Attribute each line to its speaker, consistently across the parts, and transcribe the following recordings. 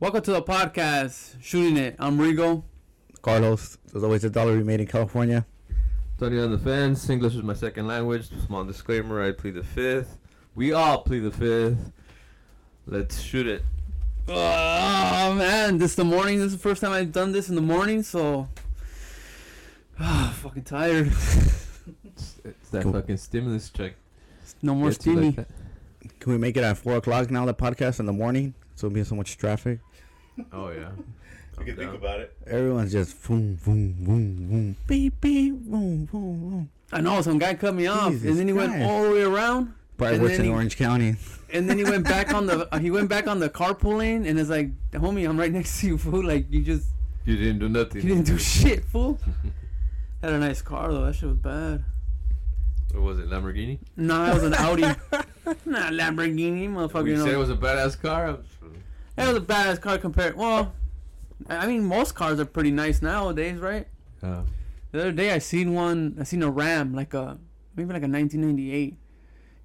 Speaker 1: Welcome to the podcast, Shooting It. I'm Rigo.
Speaker 2: Carlos, there's always a dollar we made in California.
Speaker 3: Tony on the fence. English is my second language. Small disclaimer: I plead the fifth. We all plead the fifth. Let's shoot it.
Speaker 1: Oh, man. This is the morning. This is the first time I've done this in the morning, so. ah, fucking tired.
Speaker 3: It's, it's that
Speaker 2: Cool.
Speaker 3: fucking stimulus check.
Speaker 1: No more
Speaker 3: Gets you like
Speaker 1: steamy.
Speaker 3: that.
Speaker 2: Can we make it at four o'clock now? The podcast in the morning, so it'll be so much traffic.
Speaker 3: Oh yeah.
Speaker 4: You
Speaker 3: Calm
Speaker 4: can think
Speaker 3: down.
Speaker 4: about it.
Speaker 2: Everyone's just boom, boom, boom, boom, beep, beep, boom, boom, boom.
Speaker 1: I know, some guy cut me off,
Speaker 2: Jesus
Speaker 1: and then he went
Speaker 2: Christ.
Speaker 1: all the way around.
Speaker 2: Probably
Speaker 1: And
Speaker 2: works
Speaker 1: then he-
Speaker 2: in Orange County.
Speaker 1: and then he went back on the uh, he went back on the carpool lane and it's like homie i'm right next to you fool like you just
Speaker 3: You didn't do nothing.
Speaker 1: you didn't do shit fool had a nice car though that shit was bad
Speaker 3: Or was it Lamborghini?
Speaker 1: nah it was an audi not lamborghini motherfucker
Speaker 3: we
Speaker 1: you know.
Speaker 3: said it was a badass car.
Speaker 1: that was a badass car compared well i I mean most cars are pretty nice nowadays right
Speaker 3: Uh,
Speaker 1: the other day i seen one i seen a ram like a maybe like a 1998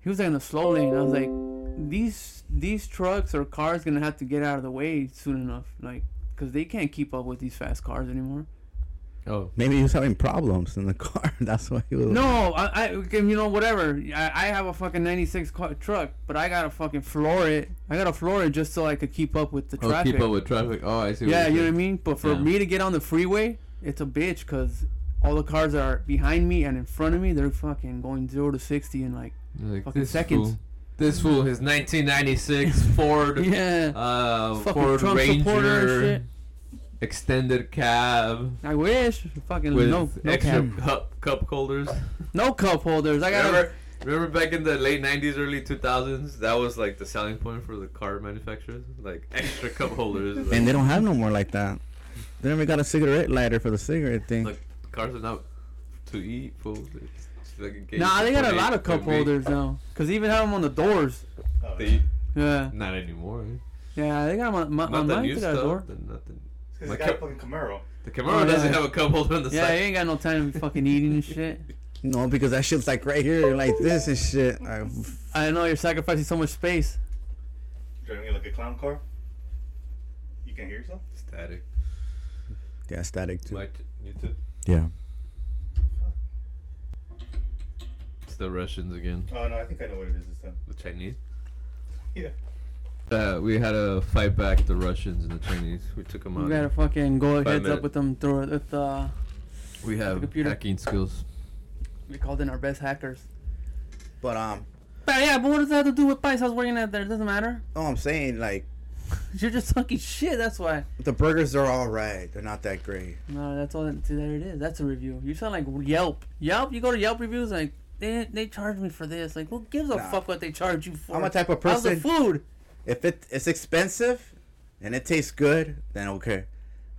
Speaker 1: he was like in the slow lane i was like these these trucks or cars gonna have to get out of the way soon enough like because they can't keep up with these fast cars anymore
Speaker 3: oh,
Speaker 2: Maybe he was having problems in the car. That's why he was.
Speaker 1: no i, I you know whatever I, I have a fucking 96 car, truck but i gotta fucking floor it i gotta floor it just so i could keep up with the
Speaker 3: oh,
Speaker 1: traffic
Speaker 3: keep up with traffic. Oh, I see.
Speaker 1: yeah you know what i
Speaker 3: mean.
Speaker 1: mean but for
Speaker 3: Yeah.
Speaker 1: me to get on the freeway it's a bitch because all the cars are behind me and in front of me they're fucking going zero to 60 in like
Speaker 3: Like,
Speaker 1: Fucking
Speaker 3: this
Speaker 1: seconds.
Speaker 3: Fool, this fool, his 1996 Ford,
Speaker 1: yeah
Speaker 3: uh,
Speaker 1: Fucking
Speaker 3: Ford
Speaker 1: Trump supporter and shit.
Speaker 3: Ranger, extended cab
Speaker 1: I wish. Fucking
Speaker 3: with
Speaker 1: no, no
Speaker 3: extra
Speaker 1: cap.
Speaker 3: cup cup holders.
Speaker 1: No cup holders. I got
Speaker 3: Remember, remember back in the late 90s, early 2000s, that was like the selling point for the car manufacturers, like extra cup holders. Like,
Speaker 2: And they don't have no more like that. They never got a cigarette lighter for the cigarette thing.
Speaker 3: like cars are not to eat. Fool. It's, it's like
Speaker 1: a. Nah, they got a lot of cup
Speaker 3: holders.
Speaker 1: holders now. Cause they even have them on the doors.
Speaker 4: Oh,
Speaker 3: They,
Speaker 1: Yeah,
Speaker 3: not anymore. eh?
Speaker 1: yeah, Uh, they got them on, my,
Speaker 3: Not
Speaker 1: on
Speaker 3: the
Speaker 1: mine
Speaker 3: new
Speaker 1: to that door.
Speaker 3: stuff. The, not the,
Speaker 4: because
Speaker 3: My
Speaker 4: he got a
Speaker 3: cup-
Speaker 4: fucking Camaro.
Speaker 3: the
Speaker 1: Oh,
Speaker 3: Camaro
Speaker 1: yeah.
Speaker 3: doesn't have a cup holder on the
Speaker 1: Yeah,
Speaker 3: side.
Speaker 1: you ain't got no time to be fucking eating and shit.
Speaker 2: no, because that shit's like right here, like this and shit. I,
Speaker 1: I know you're sacrificing so much space.
Speaker 4: Driving it like a clown car. You can't hear yourself?
Speaker 3: Static.
Speaker 2: yeah, static too.
Speaker 3: My t- you too.
Speaker 2: Yeah.
Speaker 3: It's the Russians again.
Speaker 4: Oh, no, I think I know what it is this time.
Speaker 3: The Chinese.
Speaker 4: Yeah.
Speaker 3: Uh, we had to fight back the Russians and the Chinese. We took them
Speaker 1: You
Speaker 3: out.
Speaker 1: gotta fucking go heads up
Speaker 3: minute.
Speaker 1: with them through with uh,
Speaker 3: we have
Speaker 1: computer.
Speaker 3: hacking skills.
Speaker 1: we called in our best hackers.
Speaker 2: But um,
Speaker 1: But yeah, but what does that have to do with Pice? I was working at there. It doesn't matter.
Speaker 2: no, I'm saying like
Speaker 1: You're just talking shit. That's why.
Speaker 2: the burgers are all right. They're not that great.
Speaker 1: No, that's all. See, there it is. That's a review. You sound like Yelp. Yelp. You go to Yelp reviews like they they charge me for this. Like who gives a
Speaker 2: Nah.
Speaker 1: fuck what they charge you for?
Speaker 2: I'm a type of
Speaker 1: How's the
Speaker 2: person-
Speaker 1: food?
Speaker 2: If it, it's expensive and it tastes good, then okay.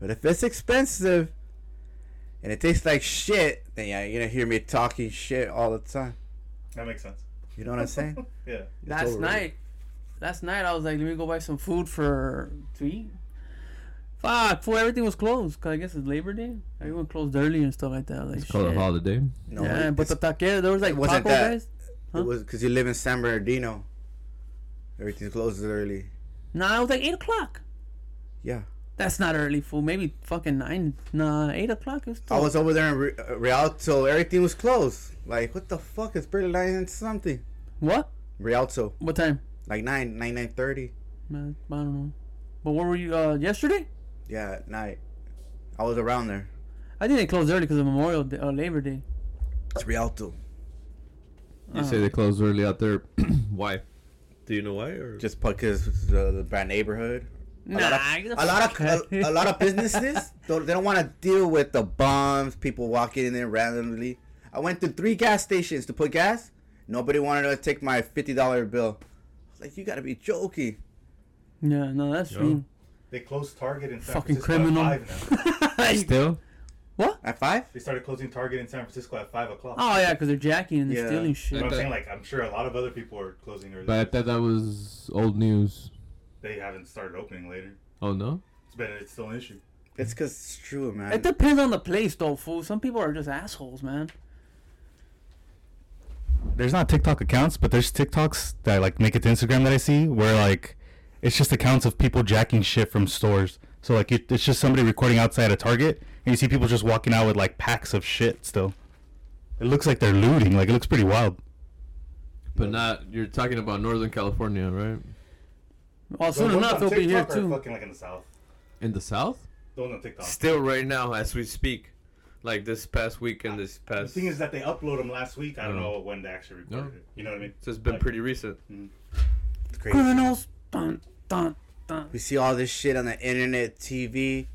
Speaker 2: But if it's expensive and it tastes like shit, then yeah, you're gonna hear me talking shit all the time.
Speaker 4: That makes sense.
Speaker 2: You know what I'm saying?
Speaker 4: Yeah.
Speaker 2: It's
Speaker 1: Last
Speaker 2: overrated.
Speaker 1: night, last night I was like, let me go buy some food for to eat. Fuck, fool, everything was closed. Cause I guess it's Labor Day. Everyone closed early and stuff like that. I was like,
Speaker 3: It's called
Speaker 1: shit.
Speaker 3: a holiday.
Speaker 2: No,
Speaker 1: yeah,
Speaker 2: it,
Speaker 1: but the taquero, there was like
Speaker 2: it wasn't
Speaker 1: taco
Speaker 2: that.
Speaker 1: guys. huh?
Speaker 2: it was because you live in San Bernardino. Everything closes early.
Speaker 1: Nah, it was like eight o'clock.
Speaker 2: Yeah,
Speaker 1: That's not early, fool. Maybe fucking nine. Nah, eight o'clock. It was.
Speaker 2: I was over there in Re- uh, Rialto. Everything was closed. Like what the fuck? It's barely nine something.
Speaker 1: what?
Speaker 2: Rialto,
Speaker 1: What time?
Speaker 2: like nine, nine, nine thirty.
Speaker 1: Man, I don't know. But where were you uh, yesterday?
Speaker 2: Yeah, at night. I was around there.
Speaker 1: I think they closed early because of Memorial Day, uh, Labor Day.
Speaker 2: It's Rialto.
Speaker 3: You say they closed early out there. why? Do you know why? Or
Speaker 2: just because the, the bad neighborhood.
Speaker 1: Nah,
Speaker 2: a lot of a lot of, a, a lot of businesses don't, they don't want to deal with the bombs, people walking in there randomly. I went to three gas stations to put gas. Nobody wanted to take my fifty dollar bill. I was like, you gotta be joking.
Speaker 1: Yeah, no, that's
Speaker 3: Yeah.
Speaker 1: true.
Speaker 4: They closed Target in San
Speaker 1: Fucking
Speaker 4: Francisco
Speaker 1: criminal.
Speaker 4: at 5 now.
Speaker 3: still?
Speaker 2: At five?
Speaker 4: They started closing Target in San Francisco at 5 o'clock.
Speaker 1: oh yeah, because they're jacking and they're
Speaker 2: Yeah.
Speaker 1: stealing
Speaker 4: But
Speaker 1: shit.
Speaker 4: I'm
Speaker 3: that-
Speaker 4: saying, like, I'm sure a lot of other people are closing early.
Speaker 3: But I thought that was old news.
Speaker 4: they haven't started opening later.
Speaker 3: Oh no.
Speaker 4: It's been, it's still an issue.
Speaker 2: It's because it's true,
Speaker 1: It
Speaker 2: man.
Speaker 1: depends on the place, though, fool. Some people are just assholes, man.
Speaker 5: there's not TikTok accounts, but there's TikToks that like make it to Instagram that I see where like it's just accounts of people jacking shit from stores. So like it, it's just somebody recording outside a Target, and you see people just walking out with like packs of shit. Still, it looks like they're looting. Like it looks pretty wild.
Speaker 3: But not. You're talking about Northern California, right?
Speaker 1: Well, soon
Speaker 4: The ones
Speaker 1: enough
Speaker 4: on
Speaker 1: they'll be here
Speaker 4: TikTok are
Speaker 1: too.
Speaker 4: Fucking like in the south.
Speaker 3: In the South.
Speaker 4: The ones on TikTok.
Speaker 3: Still, right now, as we speak, like this past weekend, this
Speaker 4: The
Speaker 3: past.
Speaker 4: thing is that they uploaded them last week. I don't
Speaker 3: No.
Speaker 4: know when they actually recorded
Speaker 3: No.
Speaker 4: it. You know what I mean?
Speaker 3: so it's been
Speaker 4: Like,
Speaker 3: pretty recent.
Speaker 2: It's crazy.
Speaker 1: Criminals. Dun dun dun.
Speaker 2: We see all this shit on the internet, TV,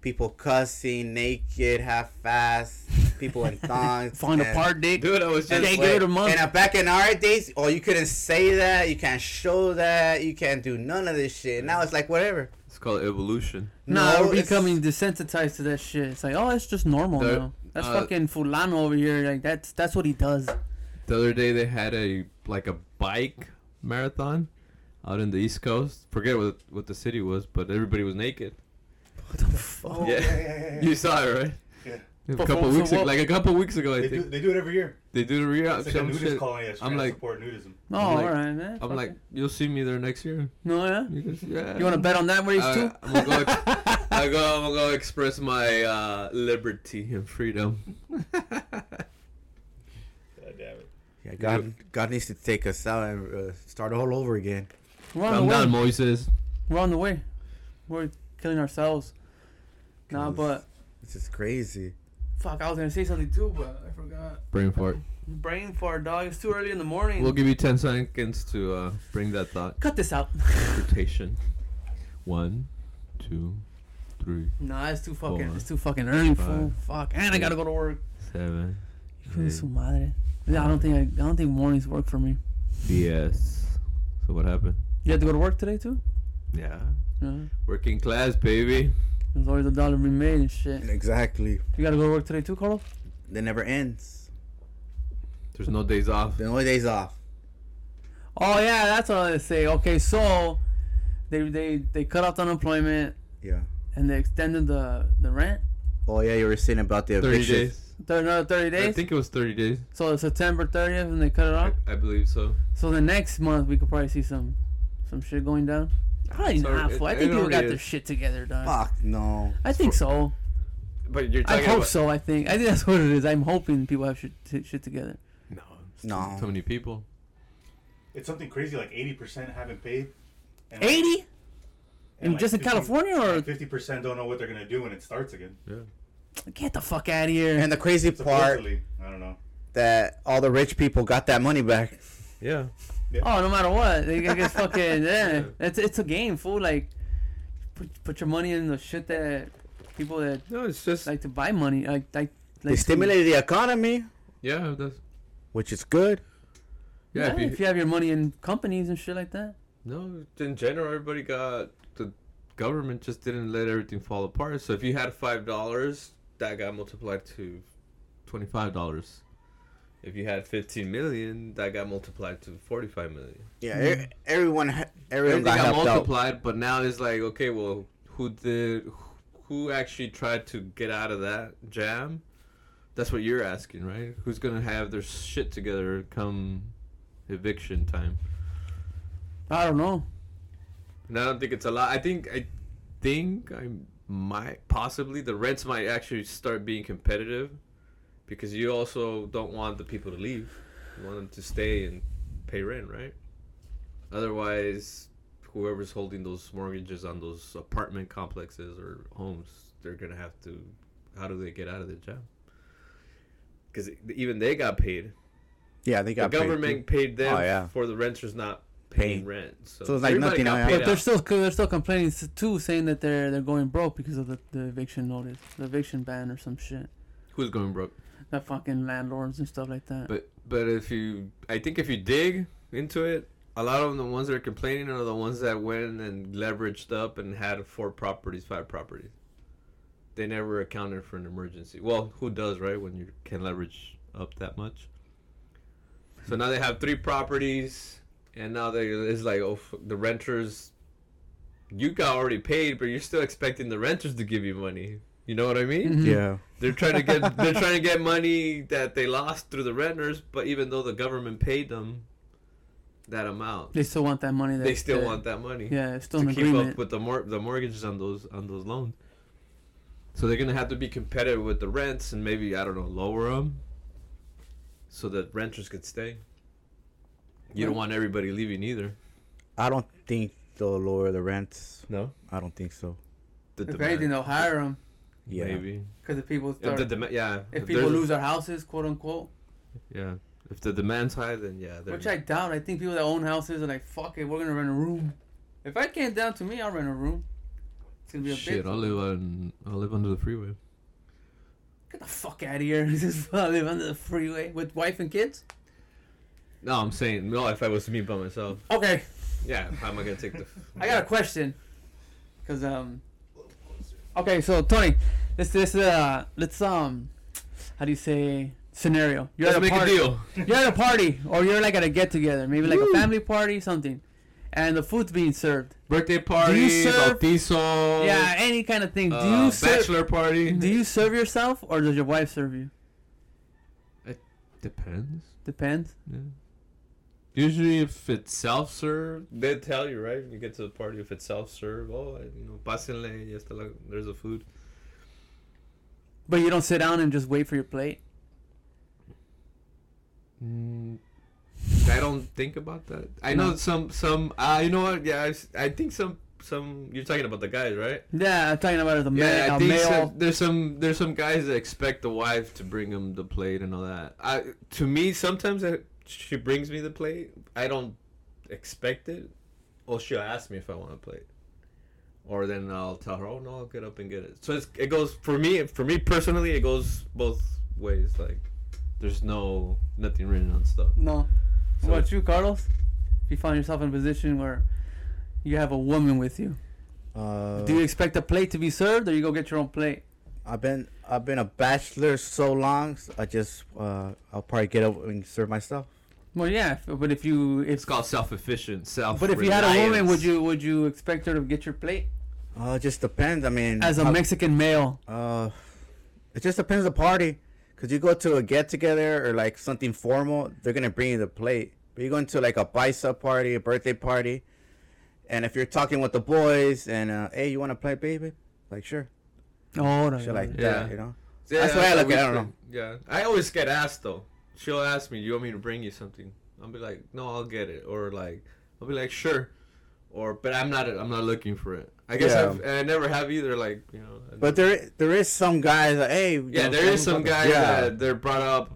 Speaker 2: people cussing, naked, half ass, people in thongs.
Speaker 1: Falling
Speaker 2: and-
Speaker 1: apart, dick.
Speaker 3: Dude, I was
Speaker 1: And
Speaker 3: just.
Speaker 1: they
Speaker 2: Wait,
Speaker 1: give it a month.
Speaker 2: And uh, back in our days, oh, you couldn't say that, you can't show that, you can't do none of this shit. Now it's like whatever.
Speaker 3: It's called evolution.
Speaker 1: Nah, we're
Speaker 2: it's-
Speaker 1: becoming desensitized to that shit. It's like, oh, it's just normal
Speaker 3: The-
Speaker 1: now. That's
Speaker 3: uh,
Speaker 1: fucking fulano over here. Like that's that's what he does.
Speaker 3: The other day they had a like a bike marathon out in the East Coast. Forget what what the city was, but everybody was naked.
Speaker 1: What the fuck?
Speaker 4: Oh,
Speaker 3: Yeah.
Speaker 4: yeah, yeah, yeah, yeah.
Speaker 3: You saw it, right?
Speaker 4: Yeah.
Speaker 3: A
Speaker 1: But
Speaker 3: couple
Speaker 1: for-
Speaker 3: weeks
Speaker 1: so
Speaker 3: ago,
Speaker 1: what-
Speaker 3: like a couple weeks ago, I
Speaker 4: They do,
Speaker 3: think
Speaker 4: they do it every year.
Speaker 3: they do the re
Speaker 4: It's like a nudist
Speaker 3: shit.
Speaker 4: colony that's
Speaker 3: I'm
Speaker 4: trying to
Speaker 3: like-
Speaker 4: support nudism.
Speaker 1: Oh,
Speaker 3: I'm like-
Speaker 1: all right, man. Fuck
Speaker 3: I'm like,
Speaker 1: it.
Speaker 3: you'll see me there next year.
Speaker 1: no, yeah.
Speaker 3: You, just, yeah.
Speaker 1: You want to bet on that race
Speaker 3: I,
Speaker 1: too?
Speaker 3: I'm gonna go. ex- I go. I'm gonna go express my uh, liberty and freedom.
Speaker 4: God damn it.
Speaker 2: Yeah, God, God needs to take us out and uh, start all over again.
Speaker 1: We're on the
Speaker 3: Calm
Speaker 1: way.
Speaker 3: down, Moises.
Speaker 1: We're on the way. We're killing ourselves. Nah,
Speaker 2: Cause-
Speaker 1: but
Speaker 2: This is crazy.
Speaker 1: fuck, I was gonna say something too, but I forgot.
Speaker 3: Brain fart.
Speaker 1: Brain fart, dog. It's too early in the morning.
Speaker 3: We'll give you ten seconds to uh, bring that thought.
Speaker 1: Cut this out.
Speaker 3: Rotation. One, two, three,
Speaker 1: nah, it's too fucking.
Speaker 3: Four,
Speaker 1: It's too fucking early, fool.
Speaker 3: five,
Speaker 1: Fuck, and I gotta go to work.
Speaker 3: seven,
Speaker 1: Hijo de su madre. Yeah, I don't think I, I don't think mornings work for me.
Speaker 3: BS. So what happened?
Speaker 1: You had to go to work today too.
Speaker 3: Yeah.
Speaker 1: Yeah.
Speaker 3: Working class, baby.
Speaker 1: There's always a dollar being made and shit.
Speaker 2: Exactly.
Speaker 1: You gotta go to work today too, Carlos?
Speaker 2: That never ends.
Speaker 3: There's no days off.
Speaker 2: The only days off.
Speaker 1: Oh yeah, that's what I was say. Okay, so they they they cut off the unemployment
Speaker 2: Yeah.
Speaker 1: and they extended the the rent
Speaker 2: Oh yeah, you were saying about the
Speaker 3: Thirty
Speaker 2: eviction.
Speaker 3: days.
Speaker 1: Thir another thirty
Speaker 3: I
Speaker 1: days.
Speaker 3: think it was thirty days.
Speaker 1: so September thirtieth, and they cut it
Speaker 3: I,
Speaker 1: off.
Speaker 3: I believe so.
Speaker 1: So the next month we could probably see some some shit going down. Probably
Speaker 3: It's alre-
Speaker 1: not.
Speaker 3: it-
Speaker 1: fool. I
Speaker 3: it
Speaker 1: think people got
Speaker 3: already
Speaker 1: their
Speaker 3: is.
Speaker 1: shit together, dog.
Speaker 2: Fuck no.
Speaker 1: I think so.
Speaker 3: But you're
Speaker 1: I
Speaker 3: talking
Speaker 1: hope
Speaker 3: about
Speaker 1: so. I think. I think that's what it is. I'm hoping people have shit, t- shit together.
Speaker 3: no, it's
Speaker 2: No.
Speaker 3: too many people.
Speaker 4: It's something crazy like 80% haven't paid. and like-
Speaker 1: Eighty?
Speaker 4: and
Speaker 1: just in California, or-
Speaker 4: 50% don't know what they're going to do when it starts again.
Speaker 1: Get the fuck out of here.
Speaker 2: And the crazy part
Speaker 4: Supposedly. I don't know.
Speaker 2: that all the rich people got that money back.
Speaker 3: Yeah.
Speaker 1: Oh, no matter what, they I guess fucking yeah. It's it's a game, fool. Like, put, put your money in the shit that people that
Speaker 3: No, it's just
Speaker 1: like to buy money, like like.
Speaker 2: They
Speaker 1: like to-
Speaker 2: stimulated the economy,
Speaker 3: yeah. That's
Speaker 2: which is good.
Speaker 3: yeah.
Speaker 1: Yeah,
Speaker 3: if you,
Speaker 1: have your money in companies and shit like that.
Speaker 3: no, in general, everybody got the government just didn't let everything fall apart. So if you had five dollars, that got multiplied to twenty-five dollars. If you had fifteen million, that got multiplied to forty-five million.
Speaker 2: Yeah, e- everyone, ha- everyone
Speaker 3: Everything
Speaker 2: got
Speaker 3: got
Speaker 2: helped out.
Speaker 3: multiplied, but now it's like, okay, well, who did, who actually tried to get out of that jam? That's what you're asking, right? Who's gonna have their shit together come eviction time?
Speaker 1: I don't know.
Speaker 3: And I don't think it's a lot. I think I think I might possibly the rents might actually start being competitive because you also don't want the people to leave. You want them to stay and pay rent, right? Otherwise, whoever's holding those mortgages on those apartment complexes or homes, they're gonna have to. How do they get out of the job? Because even they got paid.
Speaker 2: Yeah, they got
Speaker 3: the
Speaker 2: paid.
Speaker 3: government paid, them
Speaker 2: Oh, yeah.
Speaker 3: for the renters not paying
Speaker 2: Paying.
Speaker 3: rent. So,
Speaker 2: So it's like
Speaker 3: everybody
Speaker 2: nothing,
Speaker 3: got
Speaker 2: oh, yeah.
Speaker 3: paid
Speaker 1: But they're
Speaker 3: out.
Speaker 1: still they're still complaining s- too, saying that they're they're going broke because of the, the eviction notice, the eviction ban or some shit.
Speaker 3: Who's going broke?
Speaker 1: The fucking landlords and stuff like that.
Speaker 3: But but if you, I think if you dig into it, a lot of the ones that are complaining are the ones that went and leveraged up and had four properties, five properties. They never accounted for an emergency. Well, who does right when you can leverage up that much? So now they have three properties, and now they it's like oh f- the renters. You got already paid, but you're still expecting the renters to give you money. You know what I mean?
Speaker 1: Mhm.
Speaker 2: Yeah.
Speaker 3: They're trying to get they're trying to get money that they lost through the renters, but even though the government paid them, that amount.
Speaker 1: They still want that money. That
Speaker 3: They still
Speaker 1: that-
Speaker 3: want that money.
Speaker 1: Yeah, it's still
Speaker 3: to
Speaker 1: an
Speaker 3: keep
Speaker 1: agreement.
Speaker 3: up with the mor- the mortgages on those on those loans. So they're gonna have to be competitive with the rents and maybe I don't know lower them, so that renters could stay. You don't want everybody leaving either.
Speaker 2: I don't think they'll lower the rents.
Speaker 3: No,
Speaker 2: I don't think so.
Speaker 3: the
Speaker 1: if anything, they'll hire them
Speaker 2: Yeah.
Speaker 3: maybe.
Speaker 1: because the people
Speaker 3: If
Speaker 1: start.
Speaker 3: the dema- yeah.
Speaker 1: if people
Speaker 3: there's-
Speaker 1: lose their houses, quote unquote,
Speaker 3: yeah. If the demand's high, then yeah. they're-
Speaker 1: which I doubt. I think people that own houses are like, "Fuck it, we're gonna rent a room." If I came down to me, I'll rent a room. It's gonna be a
Speaker 3: shit.
Speaker 1: big.
Speaker 3: I live on I live under the freeway.
Speaker 1: Get the fuck out of here! Just live under the freeway with wife and kids.
Speaker 3: No, I'm saying no. If I was me by myself,
Speaker 1: Okay,
Speaker 3: yeah. How am I gonna take the?
Speaker 1: I got a question. Cause um. Okay, so Tony, let's this uh let's um, how do you say scenario? You're
Speaker 3: Let's
Speaker 1: at a
Speaker 3: make a
Speaker 1: party.
Speaker 3: deal.
Speaker 1: You're at a party, or you're like at a get together, maybe like a family party, something, and the food's being served.
Speaker 3: Birthday party,
Speaker 1: serve-
Speaker 3: bautizo,
Speaker 1: Yeah, any kind of thing. Do
Speaker 3: uh,
Speaker 1: you serve?
Speaker 3: bachelor party.
Speaker 1: Do you serve yourself, or does your wife serve you?
Speaker 3: Depends.
Speaker 1: Depends.
Speaker 3: Yeah. Usually, if it's self serve, they tell you right when you get to the party if it's self serve. Oh, I- you know, pásenle, ya está la- there's the food.
Speaker 1: But you don't sit down and just wait for your plate.
Speaker 3: I don't think about that. I know
Speaker 1: No.
Speaker 3: some some. Uh, you know what? Yeah, I, s- I think some some. You're talking about the guys, right?
Speaker 1: Yeah, I'm talking about as a
Speaker 3: Yeah,
Speaker 1: man,
Speaker 3: I
Speaker 1: a
Speaker 3: think
Speaker 1: male.
Speaker 3: some, there's some there's some guys that expect the wife to bring them the plate and all that. I to me sometimes I, she brings me the plate. I don't expect it, or she'll ask me if I want a plate, or then I'll tell her, oh no, I'll get up and get it. So it's, it goes for me for me personally, it goes both ways. Like there's no nothing written on stuff.
Speaker 1: No.
Speaker 3: So-
Speaker 1: what about you, Carlos? If you find yourself in a position where you have a woman with you,
Speaker 2: Uh,
Speaker 1: do you expect a plate to be served, or you go get your own plate?
Speaker 2: I've been I've been a bachelor so long. so I just uh, I'll probably get up and serve myself.
Speaker 1: Well, yeah, if- but if you if
Speaker 3: It's called self efficient self.
Speaker 1: but if you had a woman, would you would you expect her to get your plate
Speaker 2: Uh, it just depends. I
Speaker 3: Mm,
Speaker 2: mean,
Speaker 1: as a
Speaker 2: how-
Speaker 1: Mexican male?
Speaker 2: Uh, it just depends the party. Cause you go to a get together or like something formal, they're gonna bring you the plate. But you go into like a bicep party, a birthday party, and if you're talking with the boys and uh, hey, you want to play, baby? Like sure,
Speaker 1: Oh,
Speaker 2: shit like
Speaker 3: Yeah.
Speaker 2: that, you know. That's the way I look at it, I don't
Speaker 3: Yeah, I always get asked though. She'll ask me, "Do you want me to bring you something?" I'll be like, "No, I'll get it," or like, I'll be like, "Sure," or but I'm not I'm not looking for it. I guess
Speaker 2: Yeah.
Speaker 3: I've, I never have either. Like you know, I
Speaker 2: But
Speaker 3: never-
Speaker 2: there, there is some guys. That, hey, you
Speaker 3: yeah,
Speaker 2: know,
Speaker 3: there
Speaker 2: come
Speaker 3: is some
Speaker 2: fuck-
Speaker 3: guys
Speaker 2: Yeah.
Speaker 3: that they're brought up.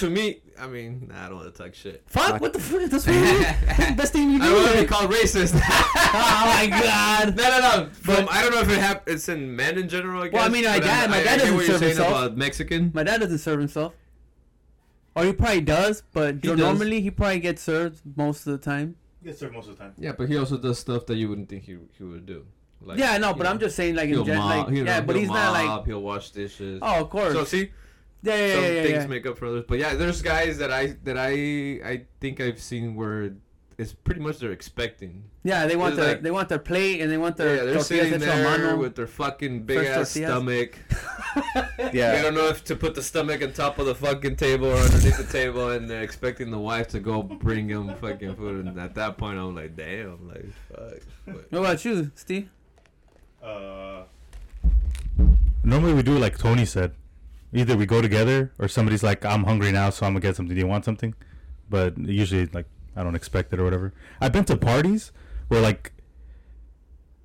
Speaker 3: To me, I mean, nah, I don't want to talk shit.
Speaker 1: Fuck! What the fuck? That's what you do. That's the best thing you
Speaker 3: I don't want to be
Speaker 1: do.
Speaker 3: called racist.
Speaker 1: Oh my god!
Speaker 3: No, no, no. From I don't know if it hap- it's in men in general. I guess,
Speaker 1: Well, I mean, my
Speaker 3: but
Speaker 1: dad-
Speaker 3: I'm-
Speaker 1: my
Speaker 3: I- I
Speaker 1: dad
Speaker 3: get
Speaker 1: doesn't
Speaker 3: what you're
Speaker 1: serve
Speaker 3: saying
Speaker 1: himself.
Speaker 3: about Mexican.
Speaker 1: My dad doesn't serve himself. Or he probably does, but
Speaker 3: He does.
Speaker 1: normally he probably gets served most of the time.
Speaker 4: You get served most of the time.
Speaker 3: Yeah, but he also does stuff that you wouldn't think he he would do. Like,
Speaker 1: yeah, no, but
Speaker 3: you
Speaker 1: I'm
Speaker 3: know,
Speaker 1: just saying, like, in
Speaker 3: he'll
Speaker 1: gen-
Speaker 3: mop,
Speaker 1: like
Speaker 3: he'll-
Speaker 1: yeah, but
Speaker 3: he'll
Speaker 1: he's not like,
Speaker 3: mop, he'll wash dishes.
Speaker 1: oh, of course,
Speaker 3: so see,
Speaker 1: yeah, yeah,
Speaker 3: some
Speaker 1: yeah, yeah,
Speaker 3: things
Speaker 1: yeah.
Speaker 3: make up for others. But yeah, there's guys that I that I I think I've seen where it's pretty much they're expecting.
Speaker 1: Yeah, they want
Speaker 3: There's
Speaker 1: their
Speaker 3: like-
Speaker 1: they want their plate and they want their
Speaker 3: yeah, they're
Speaker 1: tortillas
Speaker 3: sitting
Speaker 1: hecha a
Speaker 3: there
Speaker 1: mano.
Speaker 3: with their fucking big ass
Speaker 1: tortillas.
Speaker 3: stomach. They
Speaker 2: Yeah,
Speaker 3: don't know if to put the stomach on top of the fucking table or underneath the table, and they're expecting the wife to go bring them fucking food. And at that point, I'm like, damn, like fuck. But-
Speaker 1: What about you, Steve?
Speaker 4: Uh,
Speaker 5: Normally we do like Tony said. Either we go together or somebody's like, I'm hungry now, so I'm gonna get something. Do you want something? But usually like I don't expect it or whatever. I've been to parties where like